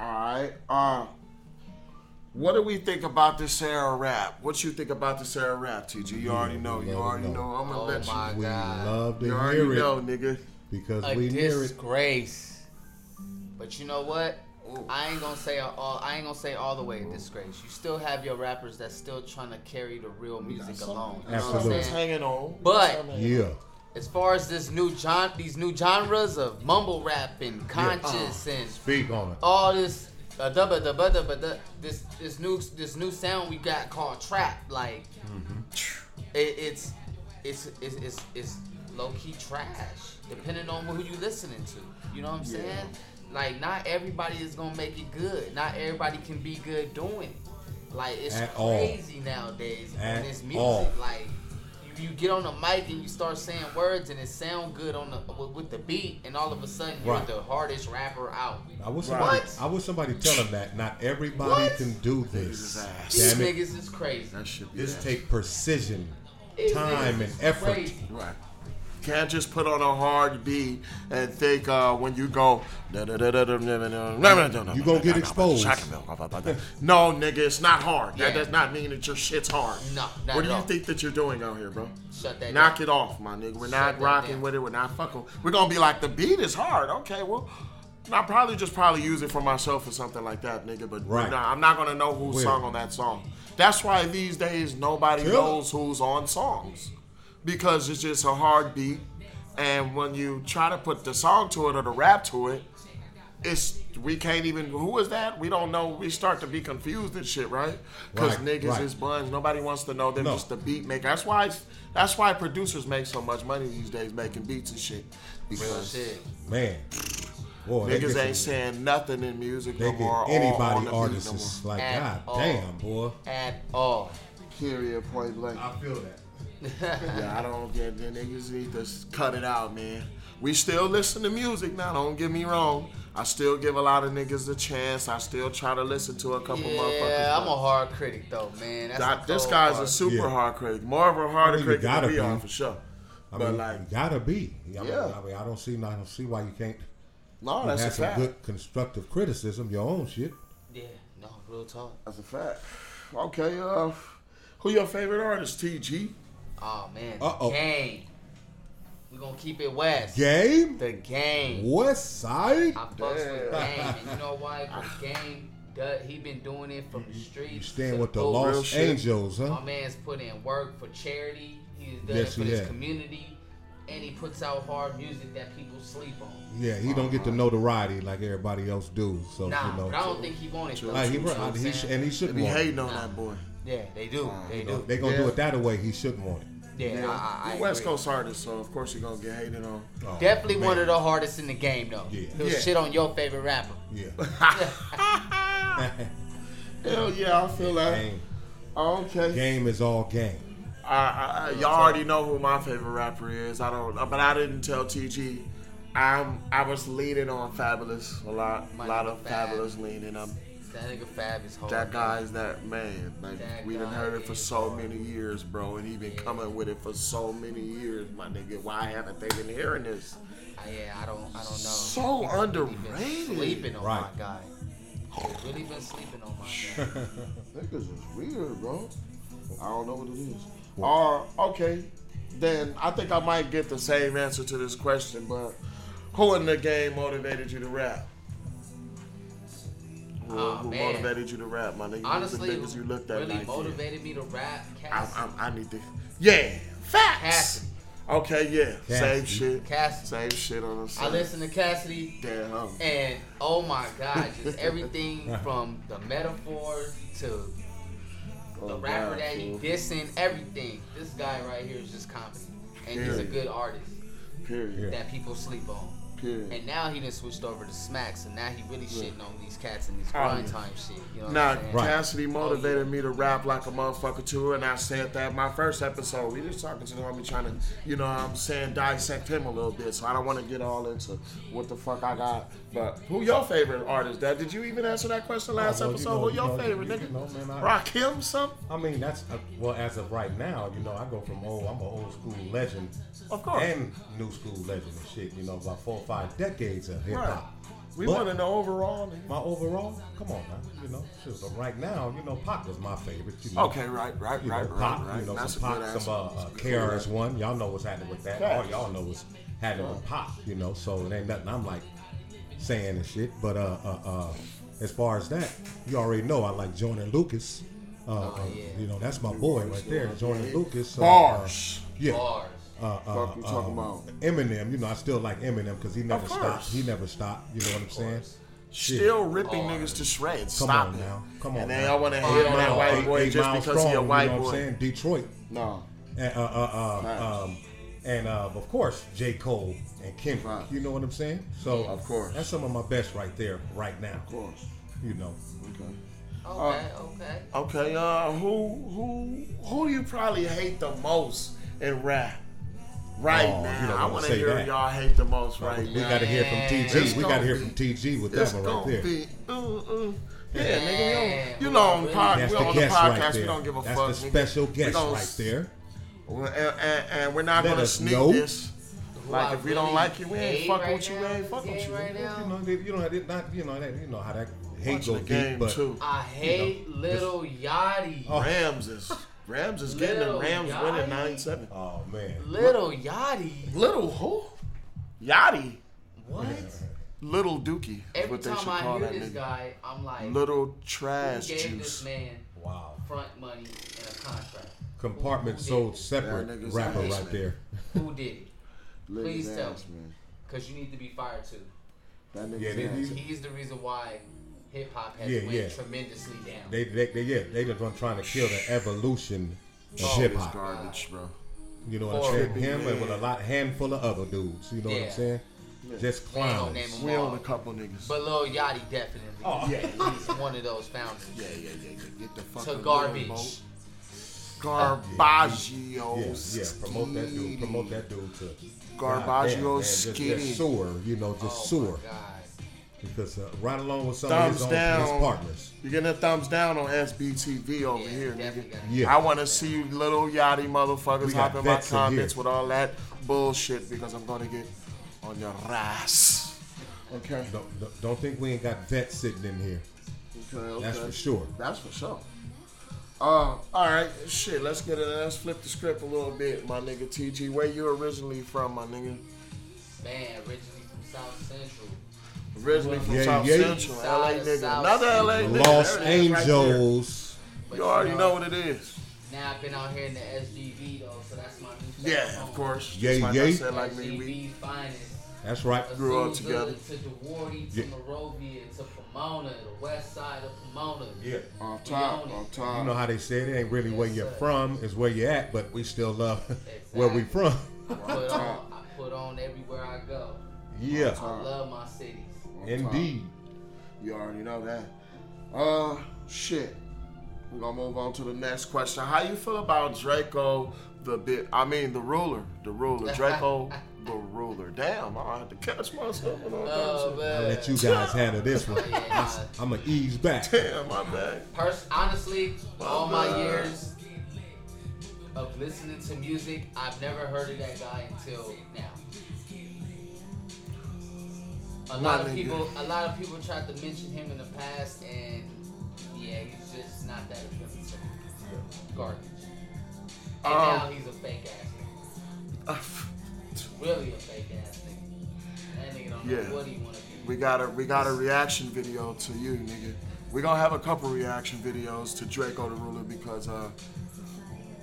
Speaker 1: All right. Uh, what do we think about this Sarah rap? What you think about this Sarah rap, TG? You already know. You already know. I'm gonna
Speaker 3: Oh
Speaker 1: let
Speaker 3: my
Speaker 1: you.
Speaker 2: We
Speaker 3: God.
Speaker 2: love to
Speaker 1: You already
Speaker 2: hear it
Speaker 1: know, nigga.
Speaker 2: because
Speaker 3: a
Speaker 2: we hear it.
Speaker 3: disgrace. But you know what?
Speaker 1: Ooh.
Speaker 3: I ain't gonna say a- all. I ain't gonna say all the way a disgrace. You still have your rappers that's still trying to carry the real music alone. You know what I'm
Speaker 2: Absolutely.
Speaker 3: saying?
Speaker 1: Hanging on.
Speaker 3: But-
Speaker 2: Yeah.
Speaker 3: As far as this new John, these new genres of mumble rap and conscious and
Speaker 2: Speak on it.
Speaker 3: all this, uh, da ba da ba da ba da, this this new this new sound we got called trap. Like,
Speaker 2: Mm-hmm.
Speaker 3: it, it's, it's it's it's it's low key trash. Depending on who you listening to, you know what I'm saying? Like, not everybody is gonna make it good. Not everybody can be good doing it. Like, it's
Speaker 2: At all.
Speaker 3: crazy nowadays
Speaker 2: At
Speaker 3: and it's music.
Speaker 2: all.
Speaker 3: Like you, you get on the mic and you start saying words and it sound good on the with, with the beat, and all of a sudden you're
Speaker 2: Right.
Speaker 3: the hardest rapper out.
Speaker 2: I wish somebody,
Speaker 3: What?
Speaker 2: I wish somebody tell him that not everybody
Speaker 3: What?
Speaker 2: can do
Speaker 1: his
Speaker 2: this.
Speaker 1: ass.
Speaker 3: These
Speaker 2: Damn it!
Speaker 3: niggas is crazy.
Speaker 1: That should be
Speaker 2: This
Speaker 1: that.
Speaker 2: take precision,
Speaker 3: These
Speaker 2: time,
Speaker 3: niggas
Speaker 2: and
Speaker 3: is
Speaker 2: effort.
Speaker 3: crazy.
Speaker 1: Right. Can't just put on a hard beat and think uh, when you go. You
Speaker 2: You
Speaker 1: gonna
Speaker 2: gonna get exposed.
Speaker 1: No, nigga, it's not hard. That does not mean that your shit's hard.
Speaker 3: No, not
Speaker 1: What do you
Speaker 3: at all.
Speaker 1: think that you're doing out here, bro?
Speaker 3: Shut that
Speaker 1: Knock
Speaker 3: down.
Speaker 1: it off, my nigga. We're
Speaker 3: Shut
Speaker 1: not
Speaker 3: that
Speaker 1: rocking
Speaker 3: down.
Speaker 1: with it. We're not fucking. We're gonna be like the beat is hard. Okay, well. I probably just probably use it for myself or something like that, nigga. But we're
Speaker 2: Right.
Speaker 1: not- I'm not gonna know who
Speaker 2: Will.
Speaker 1: sung on that song. That's why these days nobody
Speaker 2: Really?
Speaker 1: knows who's on songs because it's just a hard beat. And when you try to put the song to it or the rap to it, it's we can't even. Who is that? We don't know. We start to be confused and shit, right? Because
Speaker 2: Right,
Speaker 1: niggas
Speaker 2: right.
Speaker 1: is buns. Nobody wants to know. They're
Speaker 2: No.
Speaker 1: just the beat maker. That's why. It's, that's why producers make so much money these days making beats and shit.
Speaker 3: Real
Speaker 1: Because
Speaker 3: shit.
Speaker 2: Man, boy, they
Speaker 1: niggas
Speaker 2: get
Speaker 1: ain't
Speaker 2: some-
Speaker 1: saying nothing in music
Speaker 2: They
Speaker 1: no more.
Speaker 2: get
Speaker 1: or on
Speaker 2: anybody
Speaker 1: the beat
Speaker 2: artists
Speaker 1: no
Speaker 2: is like,
Speaker 3: At
Speaker 2: God
Speaker 3: all.
Speaker 2: damn, boy.
Speaker 3: At all.
Speaker 1: more. Period. Point blank.
Speaker 2: feel that.
Speaker 1: Yeah, I don't get the niggas need to cut it out, man. We still listen to music now, don't get me wrong. I still give a lot of niggas a chance. I still try to listen to a couple motherfuckers.
Speaker 3: Yeah, I'm
Speaker 1: but
Speaker 3: a hard critic though, man. That's
Speaker 1: that-
Speaker 3: a
Speaker 1: this
Speaker 3: cold
Speaker 1: guy's
Speaker 3: hard-
Speaker 1: a super
Speaker 2: Yeah.
Speaker 1: hard critic. More of a harder
Speaker 2: Well, you
Speaker 1: critic
Speaker 2: gotta
Speaker 1: than we
Speaker 2: be.
Speaker 1: are for sure.
Speaker 2: I
Speaker 1: but
Speaker 2: mean,
Speaker 1: like,
Speaker 2: gotta be. I mean,
Speaker 1: Yeah.
Speaker 2: I mean, I don't see, I don't see why you can't
Speaker 1: no,
Speaker 2: you
Speaker 1: that's a
Speaker 2: have some
Speaker 1: fact.
Speaker 2: good constructive criticism, your own shit.
Speaker 3: Yeah. No, Real talk.
Speaker 1: That's a fact. Okay, uh, who your favorite artist? TG.
Speaker 3: Oh man, the
Speaker 2: Uh-oh.
Speaker 3: game. We gonna keep it west.
Speaker 2: Game?
Speaker 3: The game.
Speaker 2: West Side?
Speaker 3: I fucks with
Speaker 1: Damn.
Speaker 3: game, and you know why? 'Cause game, does, he been doing it from the streets.
Speaker 2: You staying
Speaker 3: to
Speaker 2: with the
Speaker 3: booth.
Speaker 1: real
Speaker 2: Los
Speaker 1: shit.
Speaker 2: Angels, huh?
Speaker 3: My man's put in work for charity. He's done
Speaker 2: Yes,
Speaker 3: it for
Speaker 2: he
Speaker 3: his
Speaker 2: has.
Speaker 3: community, and he puts out hard music that people sleep on.
Speaker 2: Yeah, he don't get the notoriety like everybody else do. So
Speaker 3: Nah,
Speaker 2: you know,
Speaker 3: but I don't think he wanted though.
Speaker 2: like, he,
Speaker 3: you know what I'm
Speaker 2: he,
Speaker 3: saying?
Speaker 2: and he
Speaker 1: They
Speaker 2: shouldn't
Speaker 1: be
Speaker 2: want
Speaker 1: hating
Speaker 2: it.
Speaker 1: on that boy.
Speaker 3: yeah, they do. they
Speaker 2: You know,
Speaker 3: do.
Speaker 2: they gonna
Speaker 1: Yeah.
Speaker 2: do it that way. He shouldn't want it.
Speaker 3: yeah, I, I, I
Speaker 1: You West
Speaker 3: agree.
Speaker 1: Coast artist, so of course you're gonna get hated on.
Speaker 2: Oh,
Speaker 3: Definitely
Speaker 2: man.
Speaker 3: one of the hardest in the game though.
Speaker 2: Yeah.
Speaker 3: He'll
Speaker 1: Yeah.
Speaker 3: shit on your favorite rapper.
Speaker 2: Yeah.
Speaker 3: Ah!
Speaker 1: Hell yeah, I feel that.
Speaker 2: game,
Speaker 1: Okay.
Speaker 2: game is all game.
Speaker 1: I, I, y'all already know who my favorite rapper is. I don't, but I didn't tell TG. I'm. I was leaning on Fabulous a lot. A
Speaker 3: My
Speaker 1: lot
Speaker 3: nigga
Speaker 1: of
Speaker 3: Fab.
Speaker 1: Fabulous leaning. I'm,
Speaker 3: That nigga Fab is hard.
Speaker 1: that guy is that man. Like
Speaker 3: Oh, That
Speaker 1: we done
Speaker 3: guy
Speaker 1: heard it for
Speaker 3: is
Speaker 1: so many years, bro, and he been coming with it for so many years, my nigga. Why haven't they been hearing this?
Speaker 3: I- yeah, I don't, I don't know.
Speaker 1: So
Speaker 3: He been
Speaker 1: underrated.
Speaker 3: sleeping on
Speaker 2: Right.
Speaker 3: my guy. He really been sleeping on my guy.
Speaker 1: Niggas is weird, bro. I don't know what it is. Or okay, then I think I might get the same answer to this question, but who in the game motivated you to rap? Who,
Speaker 3: Aw,
Speaker 1: who
Speaker 3: Oh, man.
Speaker 1: motivated you to rap, my nigga? Who's
Speaker 3: Honestly,
Speaker 1: the niggas you looked at
Speaker 3: really
Speaker 1: like, yeah,
Speaker 3: motivated me to rap.
Speaker 1: I'm,
Speaker 3: Cassidy.
Speaker 1: I'm, I need to. Yeah, facts.
Speaker 3: Cassidy.
Speaker 1: Okay, yeah, same
Speaker 2: Cassidy.
Speaker 1: shit.
Speaker 3: Cassidy.
Speaker 1: Same shit on the same.
Speaker 3: I listened to Cassidy,
Speaker 1: Damn. hum.
Speaker 3: and oh my god, just everything from the metaphors to the
Speaker 1: Oh,
Speaker 3: rapper
Speaker 1: God,
Speaker 3: that he
Speaker 1: fool.
Speaker 3: dissing, everything. This guy right here is just comedy, and he's a
Speaker 1: Period.
Speaker 3: good artist
Speaker 1: Period.
Speaker 3: that people sleep on.
Speaker 1: Period.
Speaker 3: And now he done switched over to Smack, so now he really shitting on these cats and these
Speaker 1: Oh,
Speaker 3: grind
Speaker 1: yeah.
Speaker 3: time shit. You know what
Speaker 1: Nah,
Speaker 3: I'm saying?
Speaker 2: Right.
Speaker 1: Cassidy motivated me to rap like a motherfucker too, and I said that in my first episode. We just talking to the homie trying to, you know what I'm saying, dissect him a little bit. So I don't want to get all into what the fuck I got. But who your favorite artist? That did you even answer that question last
Speaker 2: well, you
Speaker 1: episode?
Speaker 2: know-
Speaker 1: who
Speaker 2: you
Speaker 1: your
Speaker 2: know-
Speaker 1: favorite
Speaker 2: you
Speaker 1: nigga?
Speaker 2: know, man, I-
Speaker 1: Rock him something?
Speaker 2: I mean, that's uh well as of right now. You know, I go from old. I'm an old school legend.
Speaker 1: Of course.
Speaker 2: And new school legend and shit. You know, about four or five decades of hip
Speaker 1: Right.
Speaker 2: hop.
Speaker 1: We
Speaker 2: But-
Speaker 1: want to know overall. Nigga.
Speaker 2: My overall, come on, man. You know, shoot, but right now, you know, Pac was my favorite. You know,
Speaker 1: Okay, right, right,
Speaker 2: you know,
Speaker 1: right, right,
Speaker 2: Pac,
Speaker 1: right.
Speaker 2: you know,
Speaker 1: That's
Speaker 2: some
Speaker 1: a good
Speaker 2: Pac,
Speaker 1: answer.
Speaker 2: some uh, uh, KRS One. Y'all know what's happening with that. All
Speaker 1: Facts.
Speaker 2: y'all know what's happening with Pac. You know, so it ain't nothing. I'm like saying and shit. But uh, uh, uh, as far as that, you already know I like Jordan Lucas. Uh,
Speaker 1: Oh,
Speaker 2: uh,
Speaker 3: yeah.
Speaker 2: You know, that's my boy right there, Jordan Lucas. So,
Speaker 1: Bars.
Speaker 2: Uh, yeah.
Speaker 3: Bars.
Speaker 2: Uh, uh,
Speaker 1: Fuck you talking
Speaker 2: um,
Speaker 1: about?
Speaker 2: Eminem, you know, I still like Eminem because he never
Speaker 1: course.
Speaker 2: stopped. He never stopped. You know what I'm saying? Shit. Oh,
Speaker 1: Still ripping
Speaker 3: Bars.
Speaker 1: niggas to shreds.
Speaker 2: Come
Speaker 1: Stop
Speaker 2: on
Speaker 1: it.
Speaker 2: now. Come on
Speaker 1: And
Speaker 2: now.
Speaker 1: then I want to hit on that
Speaker 2: Mile,
Speaker 1: white
Speaker 2: eight-
Speaker 1: boy
Speaker 2: eight
Speaker 1: just
Speaker 2: miles
Speaker 1: because he a
Speaker 2: strong,
Speaker 1: white
Speaker 2: you know What I'm
Speaker 1: boy.
Speaker 2: saying Detroit,
Speaker 1: No.
Speaker 2: and, uh, uh, uh,
Speaker 1: Facts.
Speaker 2: um, and uh, of course J Cole and Kendrick.
Speaker 1: Right.
Speaker 2: You know what I'm saying? So
Speaker 1: Of course.
Speaker 2: that's some of my best right there, right now.
Speaker 1: Of course.
Speaker 2: You know,
Speaker 1: Okay.
Speaker 3: Okay,
Speaker 1: uh,
Speaker 3: okay.
Speaker 1: Okay, uh, who who who do you probably hate the most in rap right
Speaker 2: Oh, you don't
Speaker 1: now? I
Speaker 2: wanna
Speaker 1: want to
Speaker 2: say
Speaker 1: hear
Speaker 2: that.
Speaker 1: y'all hate the most right
Speaker 2: we
Speaker 1: now.
Speaker 2: got to hear from
Speaker 1: It's
Speaker 2: TG. We got
Speaker 1: gonna
Speaker 2: to hear
Speaker 1: be-
Speaker 2: from TG with
Speaker 1: it's
Speaker 2: that one right
Speaker 1: gonna
Speaker 2: there.
Speaker 1: be, mm, mm. Yeah, nigga, we
Speaker 3: Yeah,
Speaker 1: on, you know,
Speaker 3: we gonna
Speaker 1: on,
Speaker 3: really-
Speaker 1: pod,
Speaker 2: That's
Speaker 1: we
Speaker 2: the
Speaker 1: on the podcast,
Speaker 2: guest right
Speaker 1: we
Speaker 2: there.
Speaker 1: don't give a
Speaker 2: That's
Speaker 1: fuck.
Speaker 2: the
Speaker 1: nigga.
Speaker 2: special
Speaker 1: We
Speaker 2: guest
Speaker 1: gonna-
Speaker 2: right there.
Speaker 1: And, and, and we're not
Speaker 2: Let
Speaker 1: gonna
Speaker 2: us
Speaker 1: sneak
Speaker 2: know.
Speaker 1: this.
Speaker 3: Who
Speaker 1: Like,
Speaker 3: I
Speaker 1: if we don't
Speaker 3: really
Speaker 1: like you, we ain't
Speaker 3: hate
Speaker 1: fucking
Speaker 3: right
Speaker 1: with you, we
Speaker 3: now
Speaker 1: ain't
Speaker 3: in
Speaker 1: fucking
Speaker 3: this
Speaker 1: with
Speaker 3: game
Speaker 1: you.
Speaker 3: Right now,
Speaker 2: You know, they- you know, they not you know that you know how that hate
Speaker 1: Watch
Speaker 2: go
Speaker 1: the game
Speaker 2: deep, but
Speaker 1: too.
Speaker 3: I hate little Yachty.
Speaker 1: Uh,
Speaker 2: Oh.
Speaker 1: Rams is Rams is getting the
Speaker 3: Lil
Speaker 1: Rams winning
Speaker 3: Yachty.
Speaker 1: nine seven.
Speaker 2: oh man,
Speaker 3: Little Yachty.
Speaker 1: Little who? Yachty.
Speaker 3: What?
Speaker 1: Little Dookie. is
Speaker 3: Every
Speaker 1: what they should
Speaker 3: time I
Speaker 1: call
Speaker 3: hear
Speaker 1: that
Speaker 3: this
Speaker 1: nigga.
Speaker 3: guy, I'm like,
Speaker 1: Little
Speaker 3: who
Speaker 1: trash
Speaker 3: gave this
Speaker 1: juice.
Speaker 3: man
Speaker 2: wow.
Speaker 3: front money and a contract?
Speaker 2: Compartment
Speaker 3: Who- who
Speaker 2: sold
Speaker 3: did
Speaker 2: separate
Speaker 1: That nigga's
Speaker 2: rapper
Speaker 1: nice,
Speaker 2: right
Speaker 1: man.
Speaker 2: there.
Speaker 3: it? Who did it?
Speaker 1: Little
Speaker 3: Please tell
Speaker 1: ass, man.
Speaker 3: Because you need to be fired too.
Speaker 1: That nigga's
Speaker 2: Yeah, they-
Speaker 1: ass.
Speaker 2: they-
Speaker 3: He's the reason why hip hop has
Speaker 2: Yeah,
Speaker 3: went
Speaker 2: yeah.
Speaker 3: tremendously down.
Speaker 2: They, they, they yeah, they just been trying to kill the evolution of
Speaker 1: Shit
Speaker 2: hip
Speaker 1: is
Speaker 2: hop.
Speaker 1: garbage, bro.
Speaker 2: You know what I'm
Speaker 3: Oh, Horrible,
Speaker 2: saying? Him
Speaker 1: man.
Speaker 2: and with a lot handful of other dudes. You know what
Speaker 3: Yeah.
Speaker 2: I'm saying? Just
Speaker 3: We ain't gonna
Speaker 2: clowns.
Speaker 3: name 'em
Speaker 1: We
Speaker 3: all.
Speaker 1: own a couple niggas.
Speaker 3: But Lil Yachty definitely.
Speaker 2: Oh yeah,
Speaker 3: He's one of those founders.
Speaker 1: yeah, yeah, yeah, yeah. Get the fuck
Speaker 3: To garbage.
Speaker 1: Garbaggio.
Speaker 2: yeah, yeah. Promote that dude. Promote that dude to
Speaker 1: Garbaggio
Speaker 2: Goddamn, man, just-
Speaker 1: skinny.
Speaker 2: Just sewer. You know, just
Speaker 3: Oh
Speaker 2: sewer.
Speaker 3: my God.
Speaker 2: Because uh, right along with some
Speaker 1: Thumbs
Speaker 2: of his, own, his
Speaker 1: down.
Speaker 2: partners.
Speaker 1: You're getting a thumbs down on SBTV over
Speaker 3: Yeah,
Speaker 1: here,
Speaker 3: definitely
Speaker 1: nigga.
Speaker 3: gotta-
Speaker 2: Yeah.
Speaker 1: I want to see you little yachty motherfuckers
Speaker 2: We got
Speaker 1: hop in my
Speaker 2: vets in here.
Speaker 1: comments with all that bullshit because I'm going to get on your ass. Okay.
Speaker 2: don't, don't- don't think we ain't got vets sitting in here.
Speaker 1: okay.
Speaker 2: That's for sure.
Speaker 1: That's for sure. Uh, all right, shit. Let's get it. Let's flip the script a little bit, my nigga. TG, where you originally from, my nigga?
Speaker 3: Man, originally from South Central.
Speaker 1: Originally from
Speaker 2: Yeah,
Speaker 1: South
Speaker 2: yeah.
Speaker 1: Central, LA
Speaker 3: South-
Speaker 1: nigga.
Speaker 3: South
Speaker 1: Another LA nigga.
Speaker 2: Los
Speaker 1: There it is right there.
Speaker 2: Angeles.
Speaker 3: But
Speaker 1: you already know what it is.
Speaker 3: Now I've been out here in the SGV though, so that's my new
Speaker 1: Yeah, of course.
Speaker 2: Yeah,
Speaker 1: Just like I
Speaker 2: yeah.
Speaker 1: said, like me, we
Speaker 3: SGV finest.
Speaker 2: That's right.
Speaker 1: Grew up
Speaker 3: Azusa
Speaker 1: together.
Speaker 3: To Duarte, to
Speaker 2: Yeah.
Speaker 3: Morovia, to Pomona, the west side of Pomona.
Speaker 2: Yeah.
Speaker 1: on top, on top.
Speaker 2: You know how they say it ain't really where you're from, it's where you at, but we still love where we
Speaker 3: Exactly.
Speaker 2: from.
Speaker 3: Put on, I put on everywhere I go.
Speaker 2: Yeah.
Speaker 3: I love my cities.
Speaker 1: on
Speaker 2: Indeed.
Speaker 1: top. You already know that. Uh, shit. We're gonna move on to the next question. How you feel about Draco the bit? I mean, the ruler, the ruler, Draco the ruler. Damn, I had to catch myself. and all that
Speaker 3: Oh
Speaker 1: shit.
Speaker 2: I'll
Speaker 3: man.
Speaker 2: let you guys handle this one.
Speaker 3: Yeah.
Speaker 2: I'm going to ease back.
Speaker 1: Damn, my bad.
Speaker 3: Pers- honestly, all my
Speaker 1: man.
Speaker 3: years of listening to music, I've never heard of that guy until now. A lot
Speaker 1: My
Speaker 3: of
Speaker 1: nigga.
Speaker 3: people, a lot of people tried to mention him in the past, and yeah, he's just not that appealing to me. Garbage. And
Speaker 1: Um,
Speaker 3: now he's a fake ass nigga. Really a fake ass nigga. That nigga don't
Speaker 1: Yeah.
Speaker 3: know what he wanna be.
Speaker 1: We got a we got a reaction video to you, nigga. We're gonna have a couple reaction videos to Draco the Ruler because uh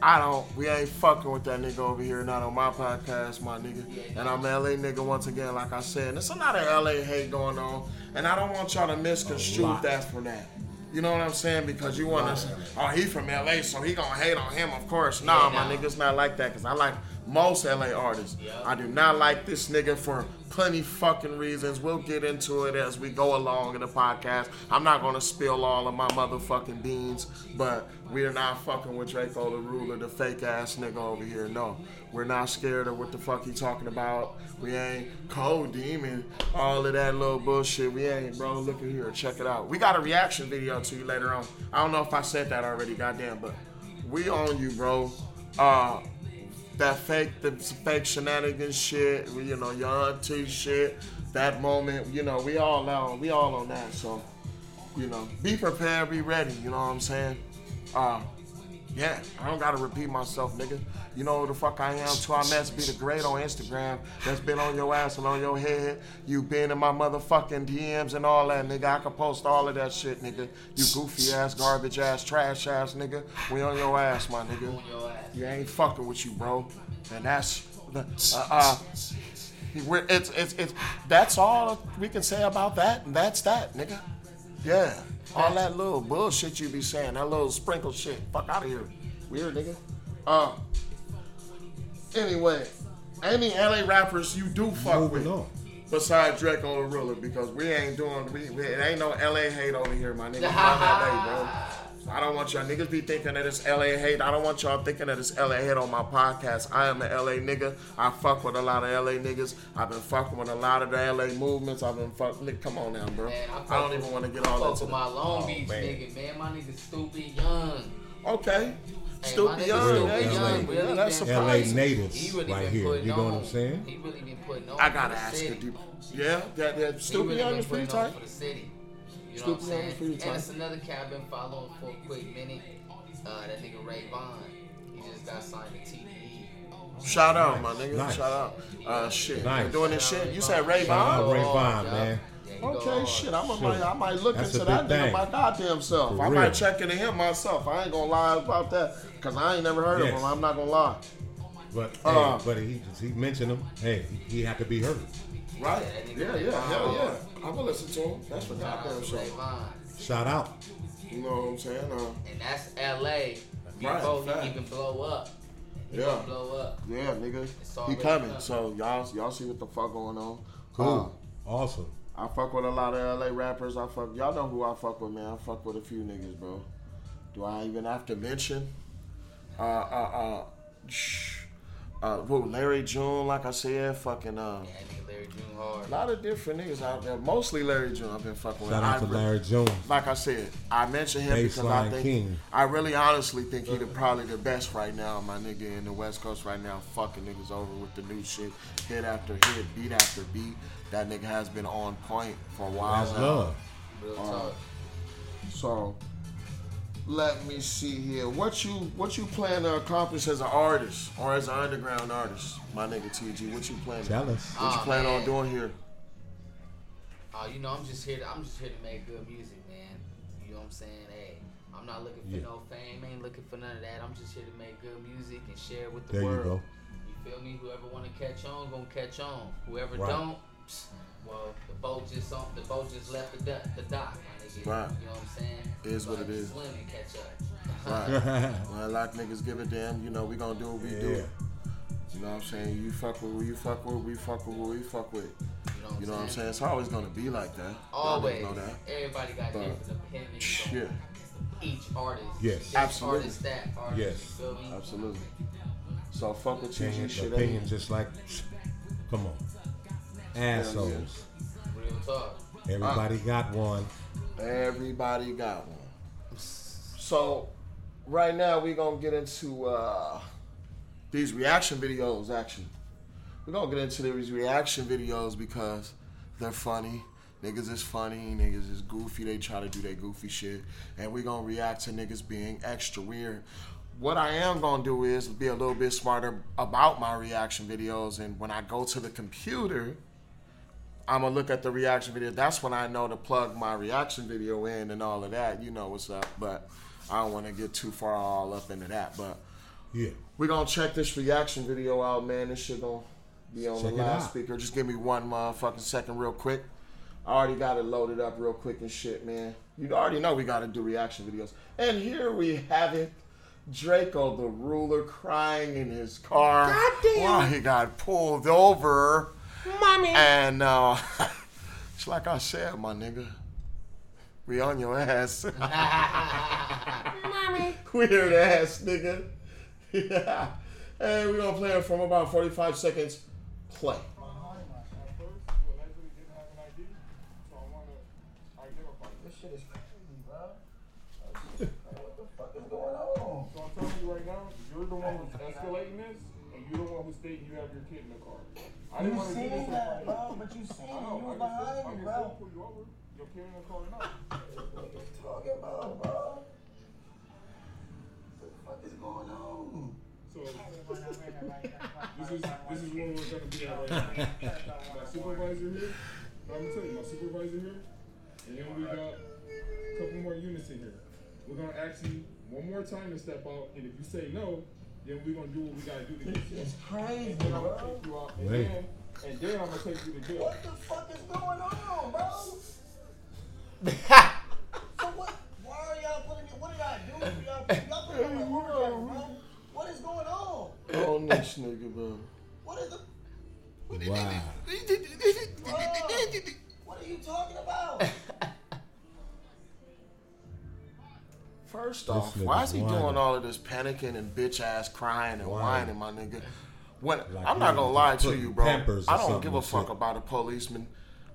Speaker 1: I don't we ain't fucking with that nigga over here, not on my podcast, my nigga. And I'm an LA nigga once again, like I said, and there's a lot of LA hate going on, and I don't want y'all to misconstrue
Speaker 2: lot.
Speaker 1: that for that. You know what I'm saying? Because you want to, oh, he from LA, so he gonna hate on him, of course. Nah,
Speaker 3: Yeah,
Speaker 1: my
Speaker 3: nah.
Speaker 1: nigga, it's not like that. Cause I like most LA artists.
Speaker 3: Yeah.
Speaker 1: I do not like this nigga for plenty fucking reasons. We'll get into it as we go along in the podcast. I'm not gonna spill all of my motherfucking beans, but we're not fucking with Draco the Ruler, the fake ass nigga over here. No, we're not scared of what the fuck he talking about. We ain't cold demon, all of that little bullshit. We ain't, bro. Look at here, check it out. We got a reaction video to you later on. I don't know if I said that already, goddamn, but we on you, bro. Uh, that fake the fake shenanigans shit, you know, your auntie shit, that moment, you know, we all on we all on that. So, you know, be prepared, be ready, you know what I'm saying? Uh yeah, I don't gotta repeat myself, nigga. You know who the fuck I am. To our mess, be the great on Instagram. That's been on your ass and on your head. You been in my motherfucking DMs and all that, nigga. I can post all of that shit, nigga. You goofy ass, garbage ass, trash ass, nigga. We on your ass, my nigga.
Speaker 3: On your ass.
Speaker 1: You ain't fucking with you, bro. And that's the uh, uh we're, it's it's it's that's all we can say about that, and that's that, nigga. Yeah. All that little bullshit you be saying, that little sprinkle shit. Fuck out of here. Weird nigga. Uh anyway, any LA rappers you do fuck
Speaker 2: Moving
Speaker 1: with
Speaker 2: on.
Speaker 1: besides Draco and Ruler because we ain't doing we, we- it ain't no LA hate over here, my nigga. It's not LA, bro. I don't want y'all niggas be thinking that it's LA hate. I don't want y'all thinking that it's LA hate on my podcast. I am an LA nigga. I fuck with a lot of LA niggas. I've been fucking with a lot of the LA movements. I've been fucking. Come on now, bro.
Speaker 3: Man, I fuck
Speaker 1: I don't
Speaker 3: with-
Speaker 1: even want to get
Speaker 3: I
Speaker 1: all
Speaker 3: fuck
Speaker 1: into
Speaker 3: with my
Speaker 1: that.
Speaker 3: Long
Speaker 2: Oh,
Speaker 3: Beach
Speaker 2: man.
Speaker 3: nigga, man. My nigga stupid young.
Speaker 1: Okay.
Speaker 3: Hey, my
Speaker 1: Stupid
Speaker 3: nigga
Speaker 1: young,
Speaker 3: Stupid
Speaker 1: yeah,
Speaker 2: Young
Speaker 1: yeah,
Speaker 3: really
Speaker 1: yeah,
Speaker 3: been-
Speaker 1: that's
Speaker 2: LA
Speaker 1: surprising.
Speaker 2: natives
Speaker 3: He really
Speaker 2: right
Speaker 3: been
Speaker 2: here.
Speaker 3: putting
Speaker 2: You know
Speaker 3: on.
Speaker 2: what I'm saying?
Speaker 3: He really been putting on.
Speaker 1: I gotta
Speaker 3: for the
Speaker 1: ask
Speaker 3: city.
Speaker 1: you, do- yeah, that, that
Speaker 3: He
Speaker 1: stupid
Speaker 3: really
Speaker 1: young
Speaker 3: been
Speaker 1: is pretty
Speaker 3: putting on
Speaker 1: tight.
Speaker 3: For the city. You know
Speaker 1: Stupid
Speaker 3: what
Speaker 1: Young
Speaker 3: I'm
Speaker 1: is pretty
Speaker 3: saying?
Speaker 1: tight.
Speaker 3: And it's another cat I've been following for a quick minute. Uh, that nigga Ray Vaughn. He just got signed to TDE.
Speaker 1: Shout out, my nigga.
Speaker 2: Nice.
Speaker 1: Shout out. Uh, shit.
Speaker 2: Nice.
Speaker 1: We're doing this shit. You said Ray
Speaker 2: Shout out
Speaker 1: Vaughn?
Speaker 2: Ray
Speaker 3: Go
Speaker 2: Vaughn,
Speaker 3: hard,
Speaker 2: man.
Speaker 3: yeah. Yeah, he go
Speaker 1: Okay,
Speaker 3: hard.
Speaker 1: shit. I'm
Speaker 2: Shit.
Speaker 1: might, I might look
Speaker 2: That's
Speaker 1: into
Speaker 2: a
Speaker 1: that
Speaker 2: big
Speaker 1: nigga
Speaker 2: thing.
Speaker 1: my goddamn self.
Speaker 2: For
Speaker 1: I
Speaker 2: real.
Speaker 1: might check into him myself. I ain't gonna lie about that because I ain't never heard of
Speaker 2: Yes.
Speaker 1: him. I'm not gonna lie.
Speaker 2: But,
Speaker 1: Uh.
Speaker 2: hey, but he, he mentioned him. Hey, he, he had to be heard.
Speaker 1: Right?
Speaker 3: that nigga
Speaker 1: Yeah,
Speaker 3: Ray
Speaker 1: yeah,
Speaker 3: Vaughn.
Speaker 1: hell yeah. I'm gonna listen to him. That's for
Speaker 3: Shout
Speaker 1: goddamn
Speaker 3: out to
Speaker 1: sure.
Speaker 3: Ray Vaughn.
Speaker 2: Shout out.
Speaker 1: You know what I'm saying? Uh,
Speaker 3: And that's LA. Before
Speaker 1: fact.
Speaker 3: he even blow up. He
Speaker 1: Yeah.
Speaker 3: gonna blow up.
Speaker 1: yeah, nigga.
Speaker 3: It's
Speaker 1: He
Speaker 3: already
Speaker 1: coming.
Speaker 3: done.
Speaker 1: So y'all, y'all see what the fuck going on. Uh,
Speaker 2: Cool. awesome.
Speaker 1: I fuck with a lot of LA rappers. I fuck y'all know who I fuck with, man. I fuck with a few niggas, bro. Do I even have to mention? Uh, uh, uh, shh. uh who, Larry June, like I said, fucking uh,
Speaker 3: That nigga Larry June
Speaker 1: a
Speaker 3: hard.
Speaker 1: lot of different niggas out there. Mostly Larry June. I've been fucking with.
Speaker 2: Shout
Speaker 1: I
Speaker 2: out to
Speaker 1: re-
Speaker 2: Larry Jones.
Speaker 1: Like I said, I mention him because I
Speaker 2: Baseline
Speaker 1: think
Speaker 2: King.
Speaker 1: I really honestly think he the probably the best right now, my nigga, in the West Coast right now. Fucking niggas over with the new shit, hit after hit, beat after beat. That nigga has been on point for a while.
Speaker 2: That's
Speaker 1: now.
Speaker 2: love.
Speaker 3: Real talk.
Speaker 1: So let me see here. What you what you plan to accomplish as an artist or as an underground artist, my nigga TG? What you plan?
Speaker 2: Tell us.
Speaker 1: What you
Speaker 3: Aw,
Speaker 1: plan on
Speaker 3: Ah, man.
Speaker 1: doing here?
Speaker 3: Uh, you know, I'm just here. To, I'm just here to make good music, man. You know what I'm saying? Hey, I'm not looking for
Speaker 2: Yeah.
Speaker 3: no fame. Ain't looking for none of that. I'm just here to make good music and share it with the
Speaker 2: There you
Speaker 3: world.
Speaker 2: go.
Speaker 3: You feel me? Whoever want to catch on, gonna catch on. Whoever
Speaker 2: Right.
Speaker 3: don't, psh, well, the boat just on. The boat just left the dock. The dock, my nigga.
Speaker 1: Right.
Speaker 3: You know what I'm saying?
Speaker 1: Is what
Speaker 3: Like,
Speaker 1: it is.
Speaker 3: Swim and catch up.
Speaker 1: Right. well, a lot of niggas give a damn. You know, we gonna do what we do.
Speaker 2: Yeah.
Speaker 1: You know what I'm saying? You fuck with who you fuck with, we fuck with who we fuck with. You know what I'm saying? It's always gonna be like that. Y'all niggas
Speaker 3: Always.
Speaker 1: Know that.
Speaker 3: Everybody got
Speaker 1: But-
Speaker 3: different opinions. on
Speaker 1: Yeah,
Speaker 3: Each artist.
Speaker 2: Yes.
Speaker 3: This
Speaker 1: Absolutely.
Speaker 3: Artist, that artist.
Speaker 2: Yes.
Speaker 3: You feel me?
Speaker 1: absolutely. So fuck with TG
Speaker 2: opinion,
Speaker 1: shit. ain't
Speaker 2: opinion just like, come on, assholes.
Speaker 3: Real talk.
Speaker 2: Everybody got one.
Speaker 1: Everybody got one. So, right now we're gonna get into uh, these reaction videos. Actually, we're gonna get into these reaction videos because they're funny. Niggas is funny. Niggas is goofy. They try to do their goofy shit, and we're gonna react to niggas being extra weird. What I am gonna do is be a little bit smarter about my reaction videos, and when I go to the computer. I'm gonna look at the reaction video. That's when I know to plug my reaction video in and all of that. You know what's up, but I don't want to get too far all up into that. But
Speaker 2: Yeah.
Speaker 1: we're gonna check this reaction video out, man. This shit gonna be on
Speaker 2: Check
Speaker 1: the
Speaker 2: it out.
Speaker 1: loudspeaker. Just give me one motherfucking second, real quick. I already got it loaded up real quick and shit, man. You already know we gotta do reaction videos. And here we have it. Draco the ruler crying in his car
Speaker 2: Goddamn.
Speaker 1: while he got pulled over.
Speaker 2: Mommy.
Speaker 1: And uh, it's like I said, my nigga, we on your ass.
Speaker 2: Mommy.
Speaker 1: Weird ass nigga. yeah. And we're gonna play it from about 45 seconds. Play.
Speaker 4: This shit is crazy, bro. What the fuck is going on?
Speaker 5: So I'm telling you right now, you're the one who's escalating this, and you're the one who's stating you have your kid in the car. I didn't
Speaker 4: You
Speaker 5: want to do this in
Speaker 4: seen that,
Speaker 5: front of
Speaker 4: bro, but you seen it.
Speaker 5: you. I know,
Speaker 4: You
Speaker 5: I can
Speaker 4: were
Speaker 5: still-
Speaker 4: behind me,
Speaker 5: I can still
Speaker 4: bro.
Speaker 5: pull you over. Your kid in the car or not.
Speaker 4: What you talking about, bro? What the fuck is going on?
Speaker 5: So this is this is where we're gonna be at right now. My supervisor here, I'm gonna tell you, my supervisor here, and then we got a couple more units in here. We're gonna ask you one more time to step out, and if you say no, then we're gonna do what we gotta do to get you.
Speaker 4: It's crazy,
Speaker 5: Then I'm gonna
Speaker 4: bro.
Speaker 5: take you out, and
Speaker 2: Wait.
Speaker 5: then and then I'm gonna take you to jail.
Speaker 4: What the fuck is going on, bro? So what? Why are y'all putting me? What did I do? for Y'all, y'all putting me in a heart attack, bro. What is going on?
Speaker 1: On this Oh, nigga, bro.
Speaker 4: What is the?
Speaker 2: Wow.
Speaker 4: Bro, what are you talking about?
Speaker 1: First off,
Speaker 2: nigga's
Speaker 1: why is he doing
Speaker 2: whining.
Speaker 1: all of this panicking and bitch ass crying and whining,
Speaker 2: Whining.
Speaker 1: my nigga? When
Speaker 2: Like
Speaker 1: I'm
Speaker 2: he
Speaker 1: not gonna
Speaker 2: was
Speaker 1: lie to
Speaker 2: putting
Speaker 1: you, bro.
Speaker 2: Pampers or
Speaker 1: I don't
Speaker 2: something
Speaker 1: give a
Speaker 2: and
Speaker 1: fuck
Speaker 2: shit.
Speaker 1: about a policeman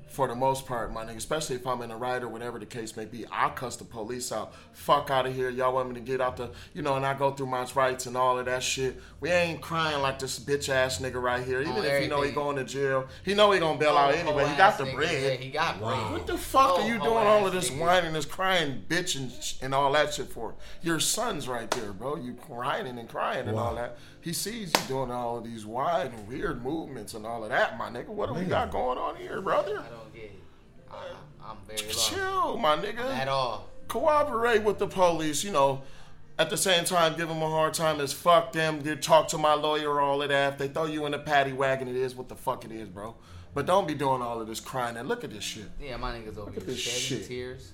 Speaker 1: for the most part, my nigga. Especially if I'm in a ride or whatever the case may be. I cuss the police out. Fuck out of here. Y'all want me to get out the you know, and I go through my rights and all of that shit. We ain't crying like this bitch ass nigga right here. Even
Speaker 3: On
Speaker 1: if he know he
Speaker 3: Oh, everything. Oh,
Speaker 1: going to jail, he know he gonna bail out anyway. He
Speaker 3: Whole
Speaker 1: got
Speaker 3: ass
Speaker 1: the
Speaker 3: nigga,
Speaker 1: bread.
Speaker 3: Yeah, he got
Speaker 2: Wow.
Speaker 3: bread.
Speaker 1: What the fuck
Speaker 3: Oh,
Speaker 1: are you
Speaker 3: whole
Speaker 1: doing all of
Speaker 3: ass
Speaker 1: this
Speaker 3: nigga.
Speaker 1: whining, this crying, bitch, and, sh- and all that shit for? Your son's right there, bro. You whining and crying and all
Speaker 2: Wow.
Speaker 1: that. He sees you doing all of these wide and weird movements and all of that, my nigga. What do we
Speaker 2: Man.
Speaker 1: got going on here, brother?
Speaker 3: I don't get it. I, I'm very lost.
Speaker 1: Chill, my
Speaker 3: At
Speaker 1: nigga.
Speaker 3: all.
Speaker 1: Cooperate with the police, you know. At the same time, give them a hard time as fuck them. Get talk to my lawyer, all of that. If they throw you in a paddy wagon, it is what the fuck it is, bro. But don't be doing all of this crying and look at this shit.
Speaker 3: Yeah, my niggas over
Speaker 1: Look at
Speaker 3: here
Speaker 1: this
Speaker 3: shedding
Speaker 1: shit.
Speaker 3: tears.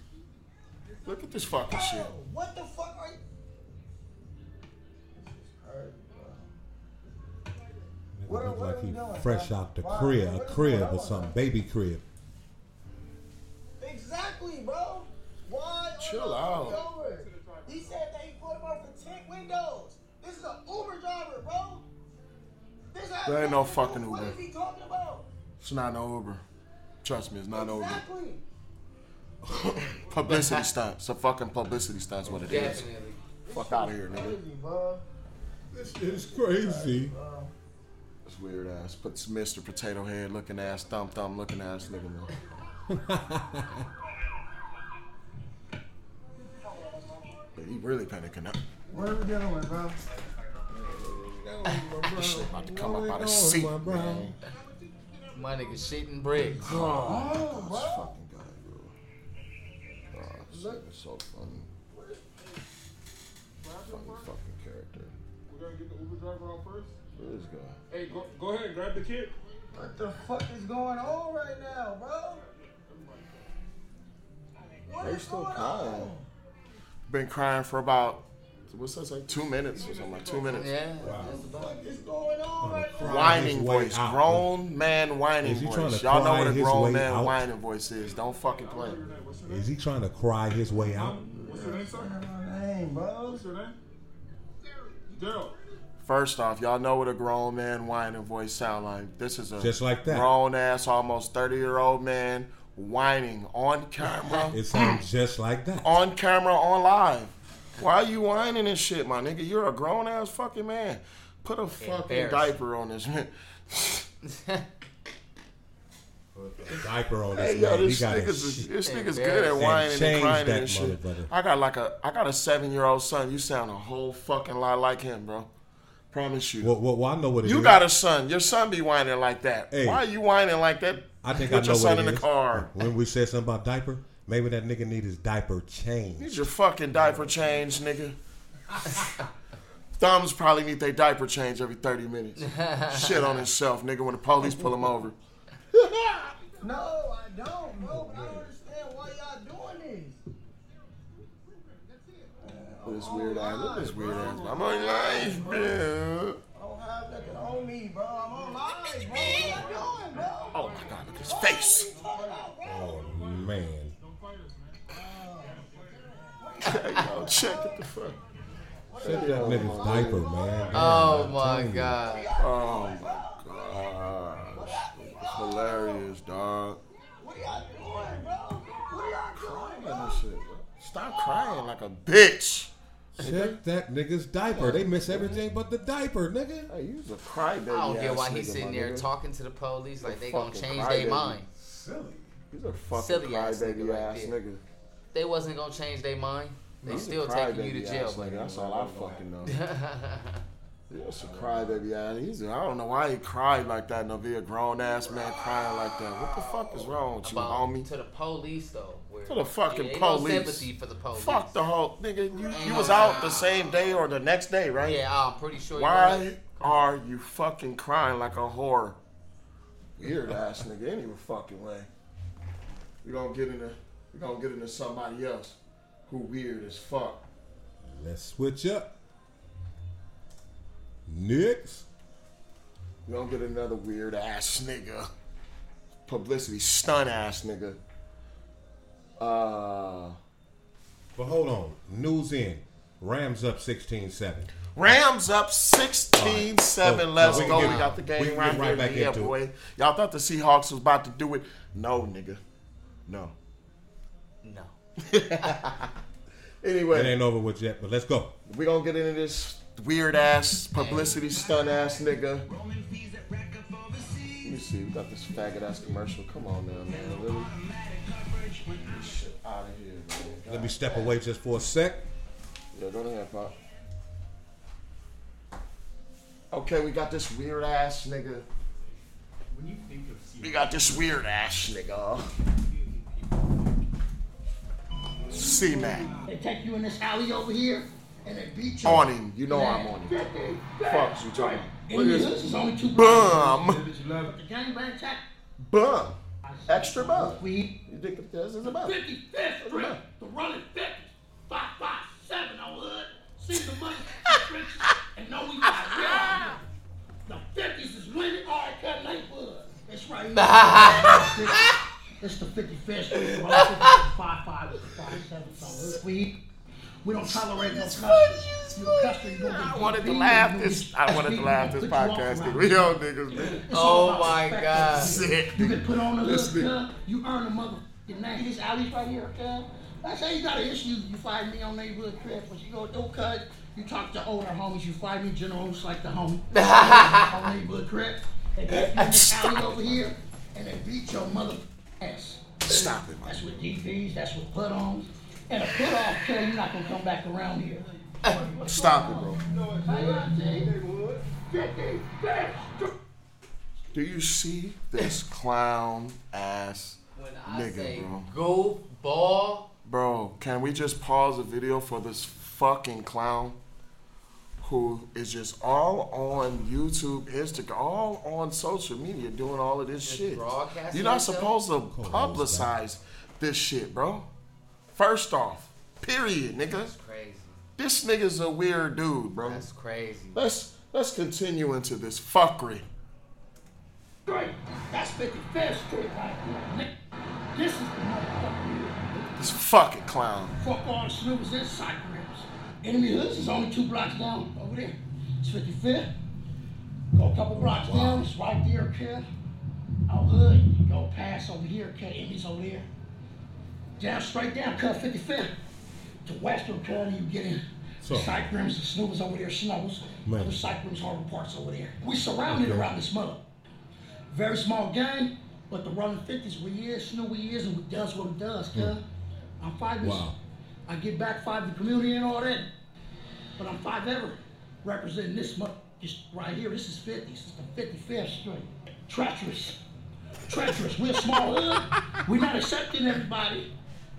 Speaker 1: Look at this fucking shit.
Speaker 4: Bro, what the fuck are you? What-
Speaker 2: Look
Speaker 4: what are
Speaker 2: like
Speaker 4: we
Speaker 2: he
Speaker 4: doing,
Speaker 2: fresh
Speaker 4: bro?
Speaker 2: out the
Speaker 4: Why-
Speaker 2: crib, a
Speaker 4: what is
Speaker 2: crib
Speaker 4: going
Speaker 2: or
Speaker 4: on,
Speaker 2: something,
Speaker 4: bro?
Speaker 2: baby crib.
Speaker 4: Exactly, bro. Why? are
Speaker 1: Chill
Speaker 4: y'all
Speaker 1: out.
Speaker 4: pulled over? He said that he pulled him over for ten windows. This is an Uber driver, bro. This has
Speaker 1: There ain't no
Speaker 4: nothing to do-
Speaker 1: fucking
Speaker 4: What
Speaker 1: Uber.
Speaker 4: is he talking about?
Speaker 1: It's not no Uber. Trust me, it's not no Uber.
Speaker 4: Exactly.
Speaker 1: Publicity stunt. It's a fucking publicity stunt. Is what it is.
Speaker 3: Definitely.
Speaker 1: Fuck out of here, nigga.
Speaker 4: Crazy, bro.
Speaker 2: This is crazy.
Speaker 1: It's weird ass. But it's Mr. Potato Head looking ass, thumb thumb looking ass nigga. Man. He really panicking up.
Speaker 5: What are we dealing with, bro?
Speaker 1: This shit about to come up out of seat, man.
Speaker 3: My nigga shitting bricks.
Speaker 1: Oh, this fucking guy, bro. Oh, this nigga's so funny. Funny fucking character.
Speaker 5: We're gonna get the Uber driver out first.
Speaker 1: Look at this guy.
Speaker 5: Hey, go, go ahead, grab the kid.
Speaker 4: What the fuck is going on right now, bro? What
Speaker 1: They
Speaker 4: is
Speaker 1: still
Speaker 4: going
Speaker 1: crying.
Speaker 4: on?
Speaker 1: Been crying for about what's that like two minutes or something like two minutes.
Speaker 3: Yeah.
Speaker 4: What is going on right now?
Speaker 1: Whining
Speaker 2: His way
Speaker 1: voice,
Speaker 2: out.
Speaker 1: grown man whining
Speaker 2: Is he trying
Speaker 1: voice.
Speaker 2: to
Speaker 1: Y'all know
Speaker 2: cry
Speaker 1: what a
Speaker 2: his
Speaker 1: grown
Speaker 2: way
Speaker 1: man
Speaker 2: out?
Speaker 1: whining voice is. Don't fucking play.
Speaker 5: What's your name?
Speaker 2: Is he trying to cry his way out?
Speaker 5: What's your name, sir?
Speaker 4: Hey, bro.
Speaker 5: What's your name? Daryl.
Speaker 1: First off, y'all know what a grown man whining voice sound like. This is a
Speaker 2: Just like that.
Speaker 1: grown ass, almost thirty year old man whining on camera,
Speaker 2: It sounds just like that.
Speaker 1: on camera, on live. Why you whining and shit, my nigga? You're a grown ass fucking man. Put a fucking
Speaker 3: Embarrassing.
Speaker 1: diaper on this man.
Speaker 2: Diaper on
Speaker 1: Hey,
Speaker 2: this
Speaker 1: yo,
Speaker 2: man. He
Speaker 1: this
Speaker 2: got his
Speaker 1: nigga's,
Speaker 2: shit.
Speaker 1: this nigga's
Speaker 3: Embarrassing.
Speaker 1: good at whining and,
Speaker 2: Change
Speaker 1: crying
Speaker 2: that
Speaker 1: and shit.
Speaker 2: motherfucker.
Speaker 1: I got like a, I got a seven year old son. You sound a whole fucking lot like him, bro. Promise you.
Speaker 2: Well, well, well, I know what it is.
Speaker 1: You got a son. Your son be whining like that.
Speaker 2: Hey.
Speaker 1: Why are you whining like that?
Speaker 2: I think
Speaker 1: Put
Speaker 2: I know
Speaker 1: your son
Speaker 2: what it
Speaker 1: in the
Speaker 2: is.
Speaker 1: car.
Speaker 2: When we said something about diaper, maybe that nigga need his diaper
Speaker 1: Need
Speaker 2: changed.
Speaker 1: your fucking diaper change, nigga. Thumbs probably need their diaper change every 30 minutes. Shit on himself, nigga, when the police pull him over.
Speaker 4: No, I don't, bro. But I don't understand why y'all doing this.
Speaker 1: Look at this weird eye. Look at this weird ass. I'm on life, bro.
Speaker 4: I don't have nothing on me, bro. I'm on live, bro. What y'all doing, bro?
Speaker 1: Oh my god, look at his face.
Speaker 2: Oh man,
Speaker 1: Hey, yo, check it the fuck.
Speaker 2: check that nigga's diaper, man. Damn,
Speaker 3: Oh
Speaker 2: I'm
Speaker 3: my
Speaker 2: telling you.
Speaker 3: god.
Speaker 1: Oh my gosh. It's hilarious, dog.
Speaker 4: What y'all doing, bro? What y'all doing, bro?
Speaker 1: Stop crying like a bitch.
Speaker 2: Check that nigga's diaper. They miss everything but the diaper, nigga.
Speaker 1: Hey, you's a crybaby.
Speaker 3: I don't get
Speaker 1: ass
Speaker 3: why
Speaker 1: nigga,
Speaker 3: he's
Speaker 1: my
Speaker 3: sitting there
Speaker 1: nigga.
Speaker 3: talking to the police like they gonna
Speaker 1: fucking
Speaker 3: change their
Speaker 1: crybaby.
Speaker 3: mind.
Speaker 5: Silly.
Speaker 1: He's a fucking
Speaker 3: Silly
Speaker 1: crybaby
Speaker 3: ass
Speaker 1: ass
Speaker 3: nigga
Speaker 1: nigga.
Speaker 3: right there. They wasn't gonna change their mind. They
Speaker 1: He's a
Speaker 3: still taking you
Speaker 1: crybaby
Speaker 3: to
Speaker 1: ass
Speaker 3: jail,
Speaker 1: nigga.
Speaker 3: buddy.
Speaker 1: That's all I fucking know. He's a crybaby ass. He's. I don't know why he cried like that. No, be a grown ass man crying like that. What the fuck is wrong with you,
Speaker 3: About-
Speaker 1: homie?
Speaker 3: to the police though. where-
Speaker 1: To the fucking
Speaker 3: yeah, ain't
Speaker 1: police.
Speaker 3: No sympathy for the police.
Speaker 1: Fuck the whole nigga. You, you
Speaker 3: no
Speaker 1: was out the same day or the next day, right?
Speaker 3: Yeah, I'm pretty sure. you
Speaker 1: Why
Speaker 3: right.
Speaker 1: are you fucking crying like a whore? Weird ass nigga. Any fucking way. We gonna get into we gonna get into somebody else who weird as fuck.
Speaker 2: Let's switch up. Next.
Speaker 1: We gonna get another weird ass nigga. Publicity stunt ass nigga. Uh
Speaker 2: But hold on. News in. Rams up 16-7.
Speaker 1: Rams up 16 7.
Speaker 2: All right.
Speaker 1: Let's
Speaker 2: So we
Speaker 1: go.
Speaker 2: can
Speaker 1: we
Speaker 2: get-
Speaker 1: got the game
Speaker 2: we can get
Speaker 1: right,
Speaker 2: right
Speaker 1: here.
Speaker 2: back
Speaker 1: yeah,
Speaker 2: into it.
Speaker 1: boy. Y'all thought the Seahawks was about to do it. No, nigga. No.
Speaker 3: No.
Speaker 2: It
Speaker 1: Anyway,
Speaker 2: ain't over with yet, but let's go.
Speaker 1: we going to get into this weird ass, publicity stunt ass nigga. Let me see. We got this faggot ass commercial. Come on now, man. Really? Get this shit out of here, man.
Speaker 2: Let me step away just for a sec.
Speaker 1: Yeah, go ahead, Pop. Okay, we got this weird ass nigga.
Speaker 6: When you think of Seahawks,
Speaker 1: We got this weird ass nigga. C Mac.
Speaker 4: They take you in this alley over here and they beat you.
Speaker 1: On him. You know I'm Oh, on him. Fuck you talking. Look
Speaker 4: And
Speaker 1: at
Speaker 4: this
Speaker 1: this.
Speaker 4: is only two
Speaker 1: Bum.
Speaker 4: The gangbang check.
Speaker 1: Bum. Extra bum.
Speaker 4: We
Speaker 1: You think that this is about?
Speaker 7: 55th Street, the running 50, 557 on Hood. See the money, restrictions, and know we got real money. The 50s is winning. All right, cut Lakewood.
Speaker 4: It's right here. it's the 55th Street. bro. 55, 57. We, we don't tolerate no custody.
Speaker 1: I wanted to laugh this. I wanted to laugh this podcast. nigga. We all niggas, man.
Speaker 3: Oh my god.
Speaker 1: Sick.
Speaker 4: You get put on the
Speaker 1: This
Speaker 4: list,
Speaker 1: nigga.
Speaker 4: cuz. You earn a motherfucking name. This alley's right here, cuz. That's how you got an issue. You find me on neighborhood crib, but you go, do cuz. You talk to older homies. You find me generals like the homie. on neighborhood crib. They get you in this alley over here, and they beat your mother ass.
Speaker 1: Stop it, man.
Speaker 4: That's with DBs, that's with put ons. And a put off tell you not gonna come back around here.
Speaker 1: Stop it, bro. Do you see this clown ass
Speaker 3: When I say
Speaker 1: nigga, bro?
Speaker 3: go ball,
Speaker 1: Bro, can we just pause the video for this fucking clown who is just all on YouTube, Instagram, all on social media doing all of this shit?
Speaker 3: broadcasting
Speaker 1: You're not
Speaker 3: himself?
Speaker 1: supposed to publicize this shit, bro. First off, period, nigga.
Speaker 3: crazy.
Speaker 1: This nigga's a weird dude, bro.
Speaker 3: That's crazy.
Speaker 1: Let's let's continue into this fuckery.
Speaker 4: Straight. That's 55th Street right there. This is the motherfucker.
Speaker 1: This fucking clown.
Speaker 4: Fuck all the snoopers and psych rips. Enemy Hoods is only two blocks down over there. It's 55th. Go a couple blocks down, it's right there, kid. Out hood, you go past over here, kid. Enemy's over there. Down, straight down, cut 55th. To Western County, you get in.
Speaker 2: So-
Speaker 4: Psych rims and snoopers over there, snuggles.
Speaker 2: Man.
Speaker 4: Other psych rims, Harbor Parks over there. We surrounded around this mother. Very small gang, but the running 50s, we is, Snoop, we is, and we does what it does, kid. I'm five
Speaker 2: Wow.
Speaker 4: I get back five the community and all that. But I'm five ever representing this month. Just right here, this is 50. This is the 55th Street. Treacherous. Treacherous. We're a small hood. We're not accepting everybody.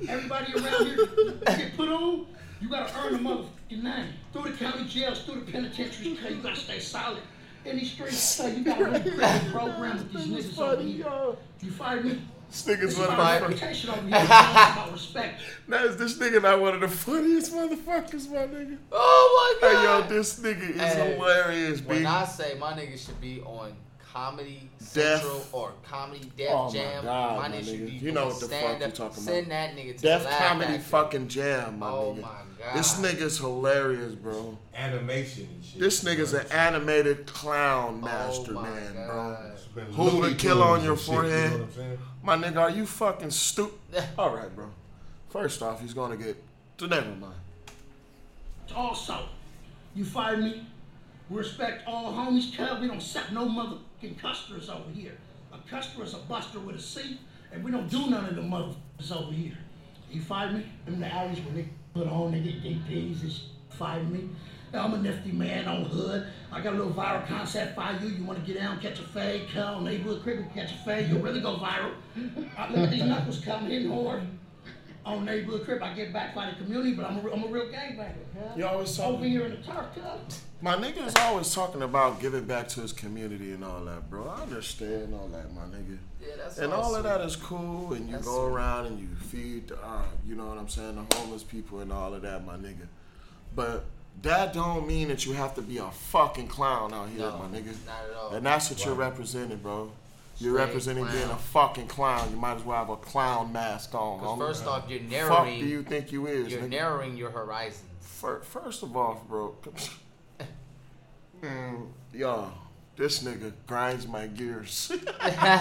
Speaker 4: Everybody around here get put on. You gotta earn a motherfucking name. Through the county jails, through the penitentiaries, you gotta stay solid. In these streets, so you gotta be pretty programmed with these niggas over here. You find me?
Speaker 1: This nigga's
Speaker 4: It's
Speaker 1: one of
Speaker 4: about
Speaker 1: my.
Speaker 4: reputation over here. It's about respect.
Speaker 1: That is this nigga not one of the funniest motherfuckers, my nigga.
Speaker 3: Oh my
Speaker 1: Hey
Speaker 3: god.
Speaker 1: yo, this nigga is
Speaker 3: Hey,
Speaker 1: hilarious,
Speaker 3: When
Speaker 1: b.
Speaker 3: I say my nigga should be on Comedy
Speaker 1: Death.
Speaker 3: Central or Comedy Def
Speaker 1: Oh my
Speaker 3: Jam,
Speaker 1: God, my
Speaker 3: nigga
Speaker 1: nigga.
Speaker 3: should be
Speaker 1: You know
Speaker 3: doing
Speaker 1: what the fuck
Speaker 3: stand-up.
Speaker 1: you talking about.
Speaker 3: Send that nigga to the
Speaker 1: Death
Speaker 3: lab
Speaker 1: comedy
Speaker 3: back.
Speaker 1: fucking jam, my
Speaker 3: Oh
Speaker 1: nigga.
Speaker 3: my God.
Speaker 1: This nigga's hilarious, bro.
Speaker 2: Animation and shit.
Speaker 1: This nigga's an animated clown
Speaker 3: Oh
Speaker 1: master,
Speaker 3: my
Speaker 1: man,
Speaker 3: God.
Speaker 1: bro. Who the kill on your forehead?
Speaker 2: You know what I'm saying?
Speaker 1: My nigga, are you fucking stupid? All right, bro. First off, he's gonna get. Never mind.
Speaker 4: Also, you fired me. We respect all homies, cuz we don't accept no motherfucking customers over here. A customer is a buster with a C, and we don't do none of the motherfuckers over here. You fired me? In the alleys when they put on, they get DPs and shit. fired me. Now, I'm a nifty man on hood. I got a little viral concept for you. You want to get down, catch a fade, cuz neighborhood cricket, catch a fade, you'll really go viral. I look at these knuckles coming in hard. On neighborhood crib, I get back by the community, but I'm a, real- I'm a real gangbanger. cuz.
Speaker 1: You always talking.
Speaker 4: Over here in the turf tub.
Speaker 1: My nigga is always talking about giving back to his community and all that, bro. I understand all that, my nigga.
Speaker 3: Yeah, that's
Speaker 1: and all of
Speaker 3: awesome.
Speaker 1: that is cool, and you
Speaker 3: That's
Speaker 1: go
Speaker 3: sweet.
Speaker 1: around and you feed, the, uh, you know what I'm saying, the homeless people and all of that, my nigga. But that don't mean that you have to be a fucking clown out here,
Speaker 3: No,
Speaker 1: my nigga.
Speaker 3: not at all.
Speaker 1: And that's what you're representing, bro. You're
Speaker 3: Straight
Speaker 1: representing being a
Speaker 3: clown.
Speaker 1: fucking clown. You might as well have a clown mask on.
Speaker 3: Because
Speaker 1: homie.
Speaker 3: first off, you're
Speaker 1: fuck do
Speaker 3: narrowing,
Speaker 1: you think you is,
Speaker 3: you're
Speaker 1: nigga?
Speaker 3: narrowing your horizons.
Speaker 1: Fir- First of all, bro, mm, y'all, this nigga grinds my gears.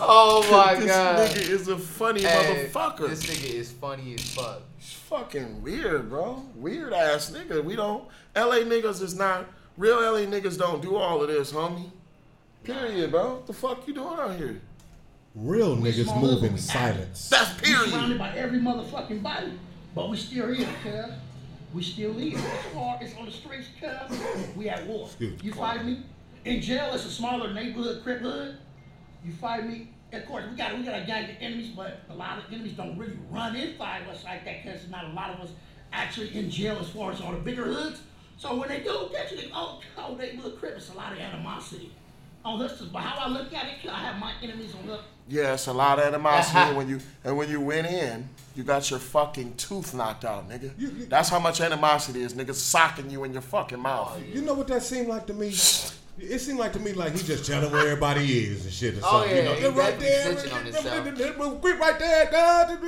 Speaker 3: Oh my
Speaker 1: this
Speaker 3: God.
Speaker 1: nigga is a funny
Speaker 3: Hey,
Speaker 1: motherfucker.
Speaker 3: This nigga is funny as fuck.
Speaker 1: It's fucking weird, bro. Weird ass nigga. We don't. LA niggas is not real. LA niggas don't do all of this, homie. Period, bro. What the fuck you doing out here?
Speaker 2: Real niggas
Speaker 4: small
Speaker 2: move in
Speaker 4: little-
Speaker 2: silence.
Speaker 1: That's
Speaker 4: We
Speaker 1: period.
Speaker 4: surrounded by every motherfucking body, but we still here, cuz. We still here. It's hard. It's on the streets, cuz. We at war.
Speaker 2: Excuse
Speaker 4: You fight me? In jail, it's a smaller neighborhood, crip hood. You fight me? Of course, we got we got a gang of enemies, but a lot of enemies don't really run in fight us like that, cuz not a lot of us actually in jail as far as all the bigger hoods. So when they do catch you, they oh, oh neighborhood crip, it's a lot of animosity. Oh, this is but how I look at it. 'cuz I have my enemies on the
Speaker 1: Yeah, it's a lot of animosity when you and when you went in, you got your fucking tooth knocked out, nigga. That's how much animosity is, niggas socking you in your fucking mouth.
Speaker 2: You know what that seemed like to me? It seemed like to me like he just telling where everybody is and shit or
Speaker 3: Oh,
Speaker 2: something.
Speaker 3: yeah,
Speaker 2: you know,
Speaker 3: he
Speaker 2: they're right there.
Speaker 3: definitely snitching on himself.
Speaker 2: Quit right there. God.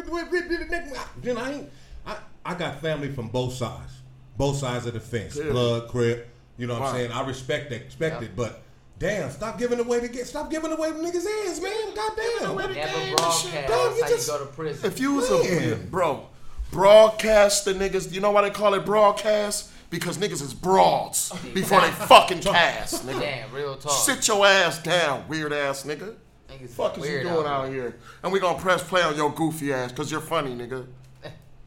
Speaker 2: Then I ain't. I, I got family from both sides, both sides of the fence.
Speaker 1: Yeah.
Speaker 2: Blood, crip. You know what I'm
Speaker 1: Right.
Speaker 2: saying? I respect that, expect
Speaker 3: Yep.
Speaker 2: it, but damn, stop giving away the get. Stop giving away niggas' ends, man. God damn.
Speaker 3: Never broadcast.
Speaker 2: Dog,
Speaker 3: That's
Speaker 2: you
Speaker 3: how
Speaker 2: just-
Speaker 3: you go to prison.
Speaker 1: If you was a
Speaker 2: Man.
Speaker 1: bro, broadcast the niggas. You know why they call it broadcast? Because niggas is broads before they fucking cast, nigga.
Speaker 3: Damn, real talk.
Speaker 1: Sit your ass down, weird ass nigga.
Speaker 3: Niggas
Speaker 1: Fuck is you
Speaker 3: weird
Speaker 1: doing out here? And we gonna press play on your goofy ass because you're funny, nigga.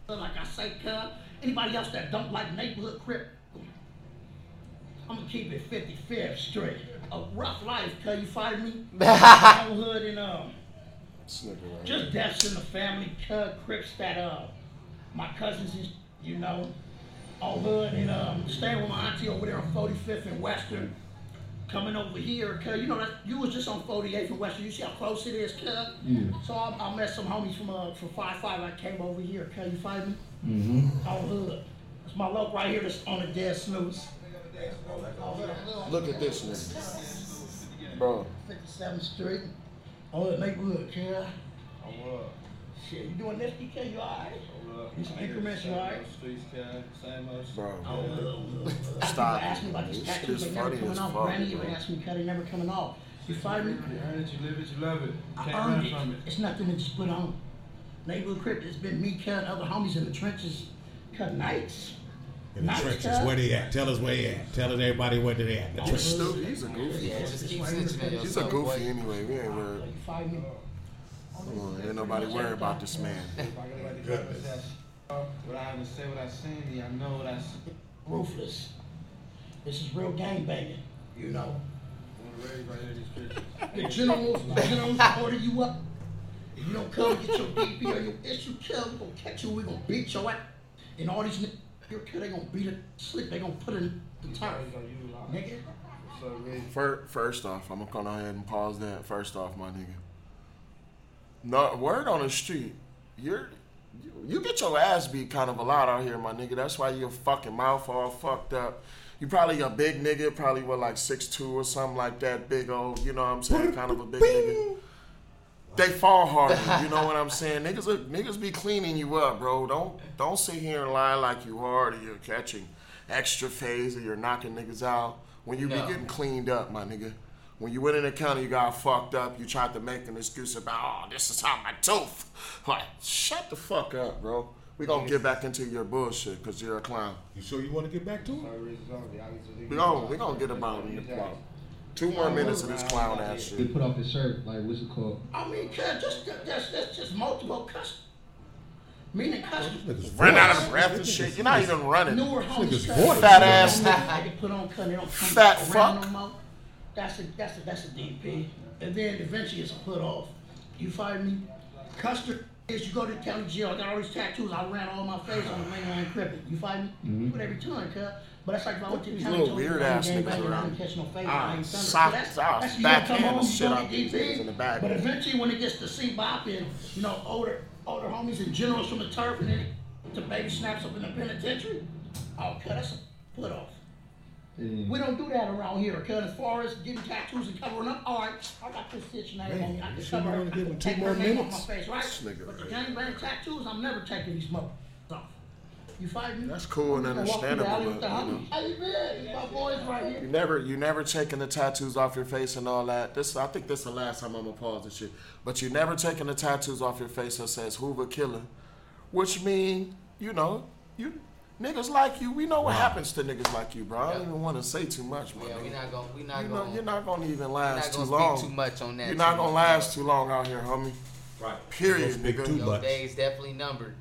Speaker 4: But like I say, cuz, anybody else that don't like neighborhood crip, I'm gonna keep it 55th straight. A rough life, cuz, you find me? My own hood and, um,
Speaker 1: This nigga right
Speaker 4: just deaths in the family, cuz, crips that, uh, my cousins, is, you know, all hood and, um, staying with my auntie over there on 45th and Western. Coming over here, cuz, you know, that, you was just on 48th and Western. You see how close it is, cuz? So I, I met some homies from, uh, from 5-5 that came over here, cuz, you find me? All hood. It's my look right here that's on the dead snooze.
Speaker 1: here. Look at this nigga. Bro,
Speaker 4: 57th Street. Oh, the neighborhood, kid. Shit, you doing this, DK? You alright? These increments, you alright?
Speaker 1: bro,
Speaker 4: People
Speaker 1: stop.
Speaker 4: ask me about these
Speaker 1: This
Speaker 4: tattoos,
Speaker 1: shit's
Speaker 4: they never
Speaker 1: funny
Speaker 4: coming
Speaker 1: as
Speaker 4: off.
Speaker 1: fuck.
Speaker 4: Granny even
Speaker 1: bro.
Speaker 4: asked me, cut they never coming off. You find me?
Speaker 6: You earn it, you live it, you love it.
Speaker 4: I
Speaker 6: Can't
Speaker 4: earned
Speaker 6: run
Speaker 4: it.
Speaker 6: from it.
Speaker 4: It's nothing to just put on. Neighborhood crip, it's been me, cut other homies in the trenches, cut nights.
Speaker 2: In the
Speaker 4: Nice
Speaker 2: trenches,
Speaker 4: cut.
Speaker 2: where they at? Tell us where they at. Tell us everybody where they at. in The
Speaker 1: He's
Speaker 2: trenches.
Speaker 1: stupid. He's a goofy.
Speaker 3: Yeah, just keep snitching on yourself.
Speaker 1: He's a
Speaker 3: boy.
Speaker 1: goofy anyway. We ain't worried.
Speaker 4: You find me?
Speaker 6: Oh.
Speaker 1: Come on, ain't nobody worried about this man.
Speaker 6: If I go back to college, that's- What I haven't said, what I seen, yeah, I know what I seen.
Speaker 4: Ruthless. This is real gang banging, you know.
Speaker 6: I'm gonna raise right here these pictures.
Speaker 4: The generals, the generals order you up. If you don't come get your DP or your issue kill, we gonna catch you, we gonna beat your ass. And all these niggas, your kid, they gonna beat it, sleep, they gonna put it in the tire.
Speaker 6: Raise on you, like,
Speaker 4: Nigga,
Speaker 6: so raise-
Speaker 1: First, first off, I'm gonna go ahead and pause that. First off, my nigga. No word on the street, you're you, you get your ass beat kind of a lot out here, my nigga. That's why your fucking mouth all fucked up. You probably a big nigga, probably what like six two or something like that. Big old, you know what I'm saying? Kind of a big nigga. They fall harder, you know what I'm saying? Niggas, are- niggas be cleaning you up, bro. Don't don't sit here and lie like you hard or you're catching extra phase or you're knocking niggas out when you
Speaker 3: No.
Speaker 1: be getting cleaned up, my nigga. When you went in the county, you got fucked up. You tried to make an excuse about, oh, this is how my tooth. Like, shut the fuck up, bro. We gonna get back into your bullshit because you're a clown.
Speaker 2: You sure you want to get back to
Speaker 6: so
Speaker 2: it?
Speaker 6: raise it on, yeah, I used to leave
Speaker 1: We
Speaker 6: it
Speaker 1: gonna
Speaker 6: on.
Speaker 1: we gonna get about in the clown. Two more minutes of this clown ass
Speaker 8: He
Speaker 1: shit.
Speaker 8: put off his shirt. Like, what's it called?
Speaker 4: I mean, kid, just, that's, that's just multiple customers. Meaning customers.
Speaker 1: Run out of breath and shit. You're not even running.
Speaker 4: Newer homies,
Speaker 2: nigga's
Speaker 4: cuz.
Speaker 2: voice.
Speaker 1: Fat ass
Speaker 4: I can put on cuz, they don't come
Speaker 1: Fat
Speaker 4: around
Speaker 1: fuck.
Speaker 4: no more. That's a, that's a, that's a DP. And then eventually it's a put off. You find me? Custer is you go to county jail. I got all these tattoos. I ran all my face on the mainline crippin. You find me? You do it every time, cuz. But that's like if I went to
Speaker 1: Mm-hmm.
Speaker 4: the
Speaker 1: These
Speaker 4: county
Speaker 1: little
Speaker 4: jail.
Speaker 1: weird
Speaker 4: I
Speaker 1: ass
Speaker 4: ain't gang
Speaker 1: niggas
Speaker 4: banging, I
Speaker 1: around.
Speaker 4: didn't catch no favor.
Speaker 1: Ah,
Speaker 4: I ain't thunder. So
Speaker 1: sock-
Speaker 4: that's-
Speaker 1: ah,
Speaker 4: that's you gotta come
Speaker 1: backhand the
Speaker 4: home, you
Speaker 1: shit
Speaker 4: go
Speaker 1: out
Speaker 4: to
Speaker 1: these
Speaker 4: DP.
Speaker 1: niggas in the back.
Speaker 4: But eventually when it gets to C-Bop and, you know, older, older homies and generals from the turf and then the baby snaps up in the penitentiary, oh, cut us a put off.
Speaker 1: Mm.
Speaker 4: We don't do that around here, cuz as far as getting tattoos and covering up, all right, I got this stitch name on me. I
Speaker 2: you
Speaker 4: can
Speaker 2: sure you
Speaker 4: cover
Speaker 2: wanna
Speaker 4: it. I
Speaker 2: give
Speaker 4: can
Speaker 2: him two
Speaker 4: take
Speaker 2: more
Speaker 4: her name off my
Speaker 2: minutes?
Speaker 4: face, right?
Speaker 1: This nigga
Speaker 4: But the
Speaker 1: right
Speaker 4: gangbang tattoos, I'm never taking these motherfuckers off. You fight me?
Speaker 1: That's cool and
Speaker 4: I walk through the alley
Speaker 1: understandable,
Speaker 4: with the
Speaker 1: but you know.
Speaker 4: homies. How you been? My boys right here.
Speaker 1: You never, you never taking the tattoos off your face and all that. This, I think, this is the last time I'm gonna pause this shit. But you never taking the tattoos off your face that says Hoover Killer, which mean, you know, you niggas like you. We know what happens to niggas like you, bro. I don't even want to say too much, my
Speaker 3: Yeah, we
Speaker 1: nigga.
Speaker 3: not gonna we not
Speaker 1: You know,
Speaker 3: gonna
Speaker 1: you're not gonna even
Speaker 3: we not
Speaker 1: last
Speaker 3: gonna
Speaker 1: too
Speaker 3: speak
Speaker 1: long.
Speaker 3: too much on that.
Speaker 1: You're not
Speaker 3: too
Speaker 1: gonna
Speaker 3: much.
Speaker 1: last too long out here, homie.
Speaker 2: Right.
Speaker 1: Period,
Speaker 2: Don't speak
Speaker 1: nigga.
Speaker 2: too
Speaker 3: Your
Speaker 2: much.
Speaker 3: days definitely numbered.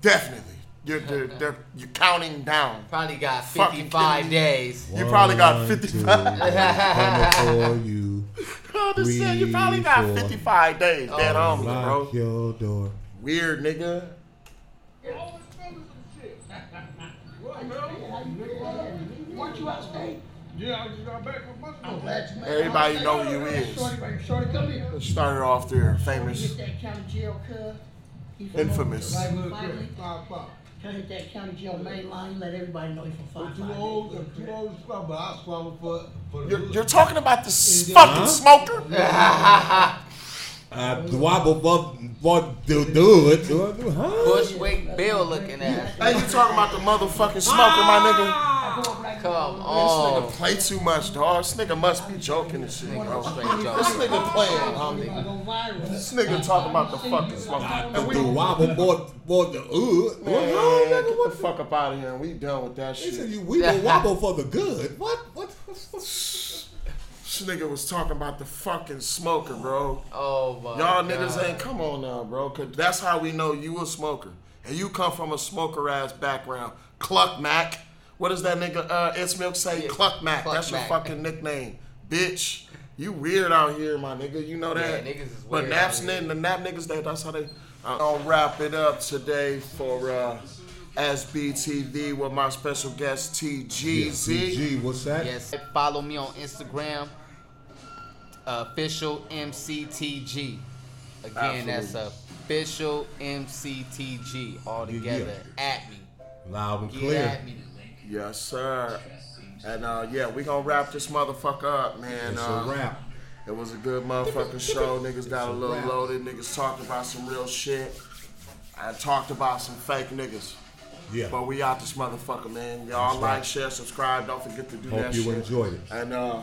Speaker 1: Definitely. You're, you're, you're, you're counting down.
Speaker 3: Probably got
Speaker 1: Fucking kidding
Speaker 3: 55
Speaker 1: me.
Speaker 3: days.
Speaker 1: You probably got
Speaker 2: One,
Speaker 1: 55.
Speaker 2: two, coming for you.
Speaker 1: Oh, this shit, you
Speaker 2: Three,
Speaker 1: probably got
Speaker 2: four.
Speaker 1: 55 days dead on, bro.
Speaker 2: Lock your door.
Speaker 1: Weird nigga.
Speaker 4: Weren't you out state?
Speaker 6: Yeah, I just got back from Buffalo.
Speaker 4: I'm glad you made it.
Speaker 1: Everybody
Speaker 4: Hey,
Speaker 1: know who you
Speaker 4: hey,
Speaker 1: is.
Speaker 4: Shorty, right? Shorty, come here.
Speaker 1: Started off there, famous.
Speaker 4: Hit that county jail, cuz. He from
Speaker 1: Infamous.
Speaker 4: Five
Speaker 6: Look,
Speaker 4: Finally,
Speaker 6: look, five o'clock.
Speaker 4: come hit that county jail main line, let everybody know he from
Speaker 6: I'm
Speaker 4: five.
Speaker 6: too
Speaker 4: Five.
Speaker 6: old, uh, I'm too old to swallow, but I swallow for, for the
Speaker 1: You're,
Speaker 6: hood.
Speaker 1: you're talking about this fucking smoker?
Speaker 2: I Uh, wobble but but do do it. Do I do huh?
Speaker 3: Bushwick Bill looking ass.
Speaker 1: Hey, you talking about the motherfucking smoker, my
Speaker 3: Come
Speaker 1: nigga?
Speaker 3: on.
Speaker 1: Nigga play too much, dog. This nigga must be joking and shit, bro. This
Speaker 3: Straight joke.
Speaker 1: nigga playing, homie.
Speaker 4: Go viral.
Speaker 1: This nigga talking about the fucking smoker. And we
Speaker 2: The wobble but but the uh.
Speaker 1: Man,
Speaker 2: What,
Speaker 1: get
Speaker 2: nigga, what
Speaker 1: the fuck up out of here. We done with that
Speaker 2: They said
Speaker 1: shit.
Speaker 2: you we will wobble for the good. What? What? what-
Speaker 1: This nigga was talking about the fucking smoker, bro.
Speaker 3: Oh my
Speaker 1: Y'all
Speaker 3: God.
Speaker 1: niggas ain't come on now, bro. Cause that's how we know you a smoker, and you come from a smoker ass background. Cluck Mac. What does that nigga uh, It's Milk say?
Speaker 3: Yeah,
Speaker 1: Cluck Mac.
Speaker 3: Cluck
Speaker 1: that's
Speaker 3: Mac.
Speaker 1: your fucking nickname, bitch. You weird out here, my nigga. You know that.
Speaker 3: Yeah, niggas is
Speaker 1: but
Speaker 3: weird
Speaker 1: naps
Speaker 3: out here.
Speaker 1: nin- the nap niggas that that's how they. I'm gonna wrap it up today for uh, SBTV with my special guest TGZ.
Speaker 2: G, what's that?
Speaker 3: Yes. Follow me on Instagram. Official MCTG. Again, that's official MCTG all together. At me.
Speaker 2: Loud and
Speaker 3: Get
Speaker 2: clear.
Speaker 3: at me.
Speaker 1: Yes, sir. And uh, yeah, we gonna wrap this motherfucker up, man.
Speaker 2: It's
Speaker 1: uh,
Speaker 2: a wrap.
Speaker 1: It was a good motherfucking show. Niggas got a little
Speaker 2: wrap.
Speaker 1: loaded. Niggas talked about some real shit. I talked about some fake niggas.
Speaker 2: Yeah.
Speaker 1: But we out this motherfucker, man. Y'all
Speaker 2: That's
Speaker 1: like,
Speaker 2: right.
Speaker 1: share, subscribe. Don't forget to do
Speaker 2: Hope
Speaker 1: that
Speaker 2: you
Speaker 1: shit.
Speaker 2: enjoyed it.
Speaker 1: And uh,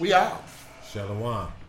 Speaker 1: we out.
Speaker 2: Shalom.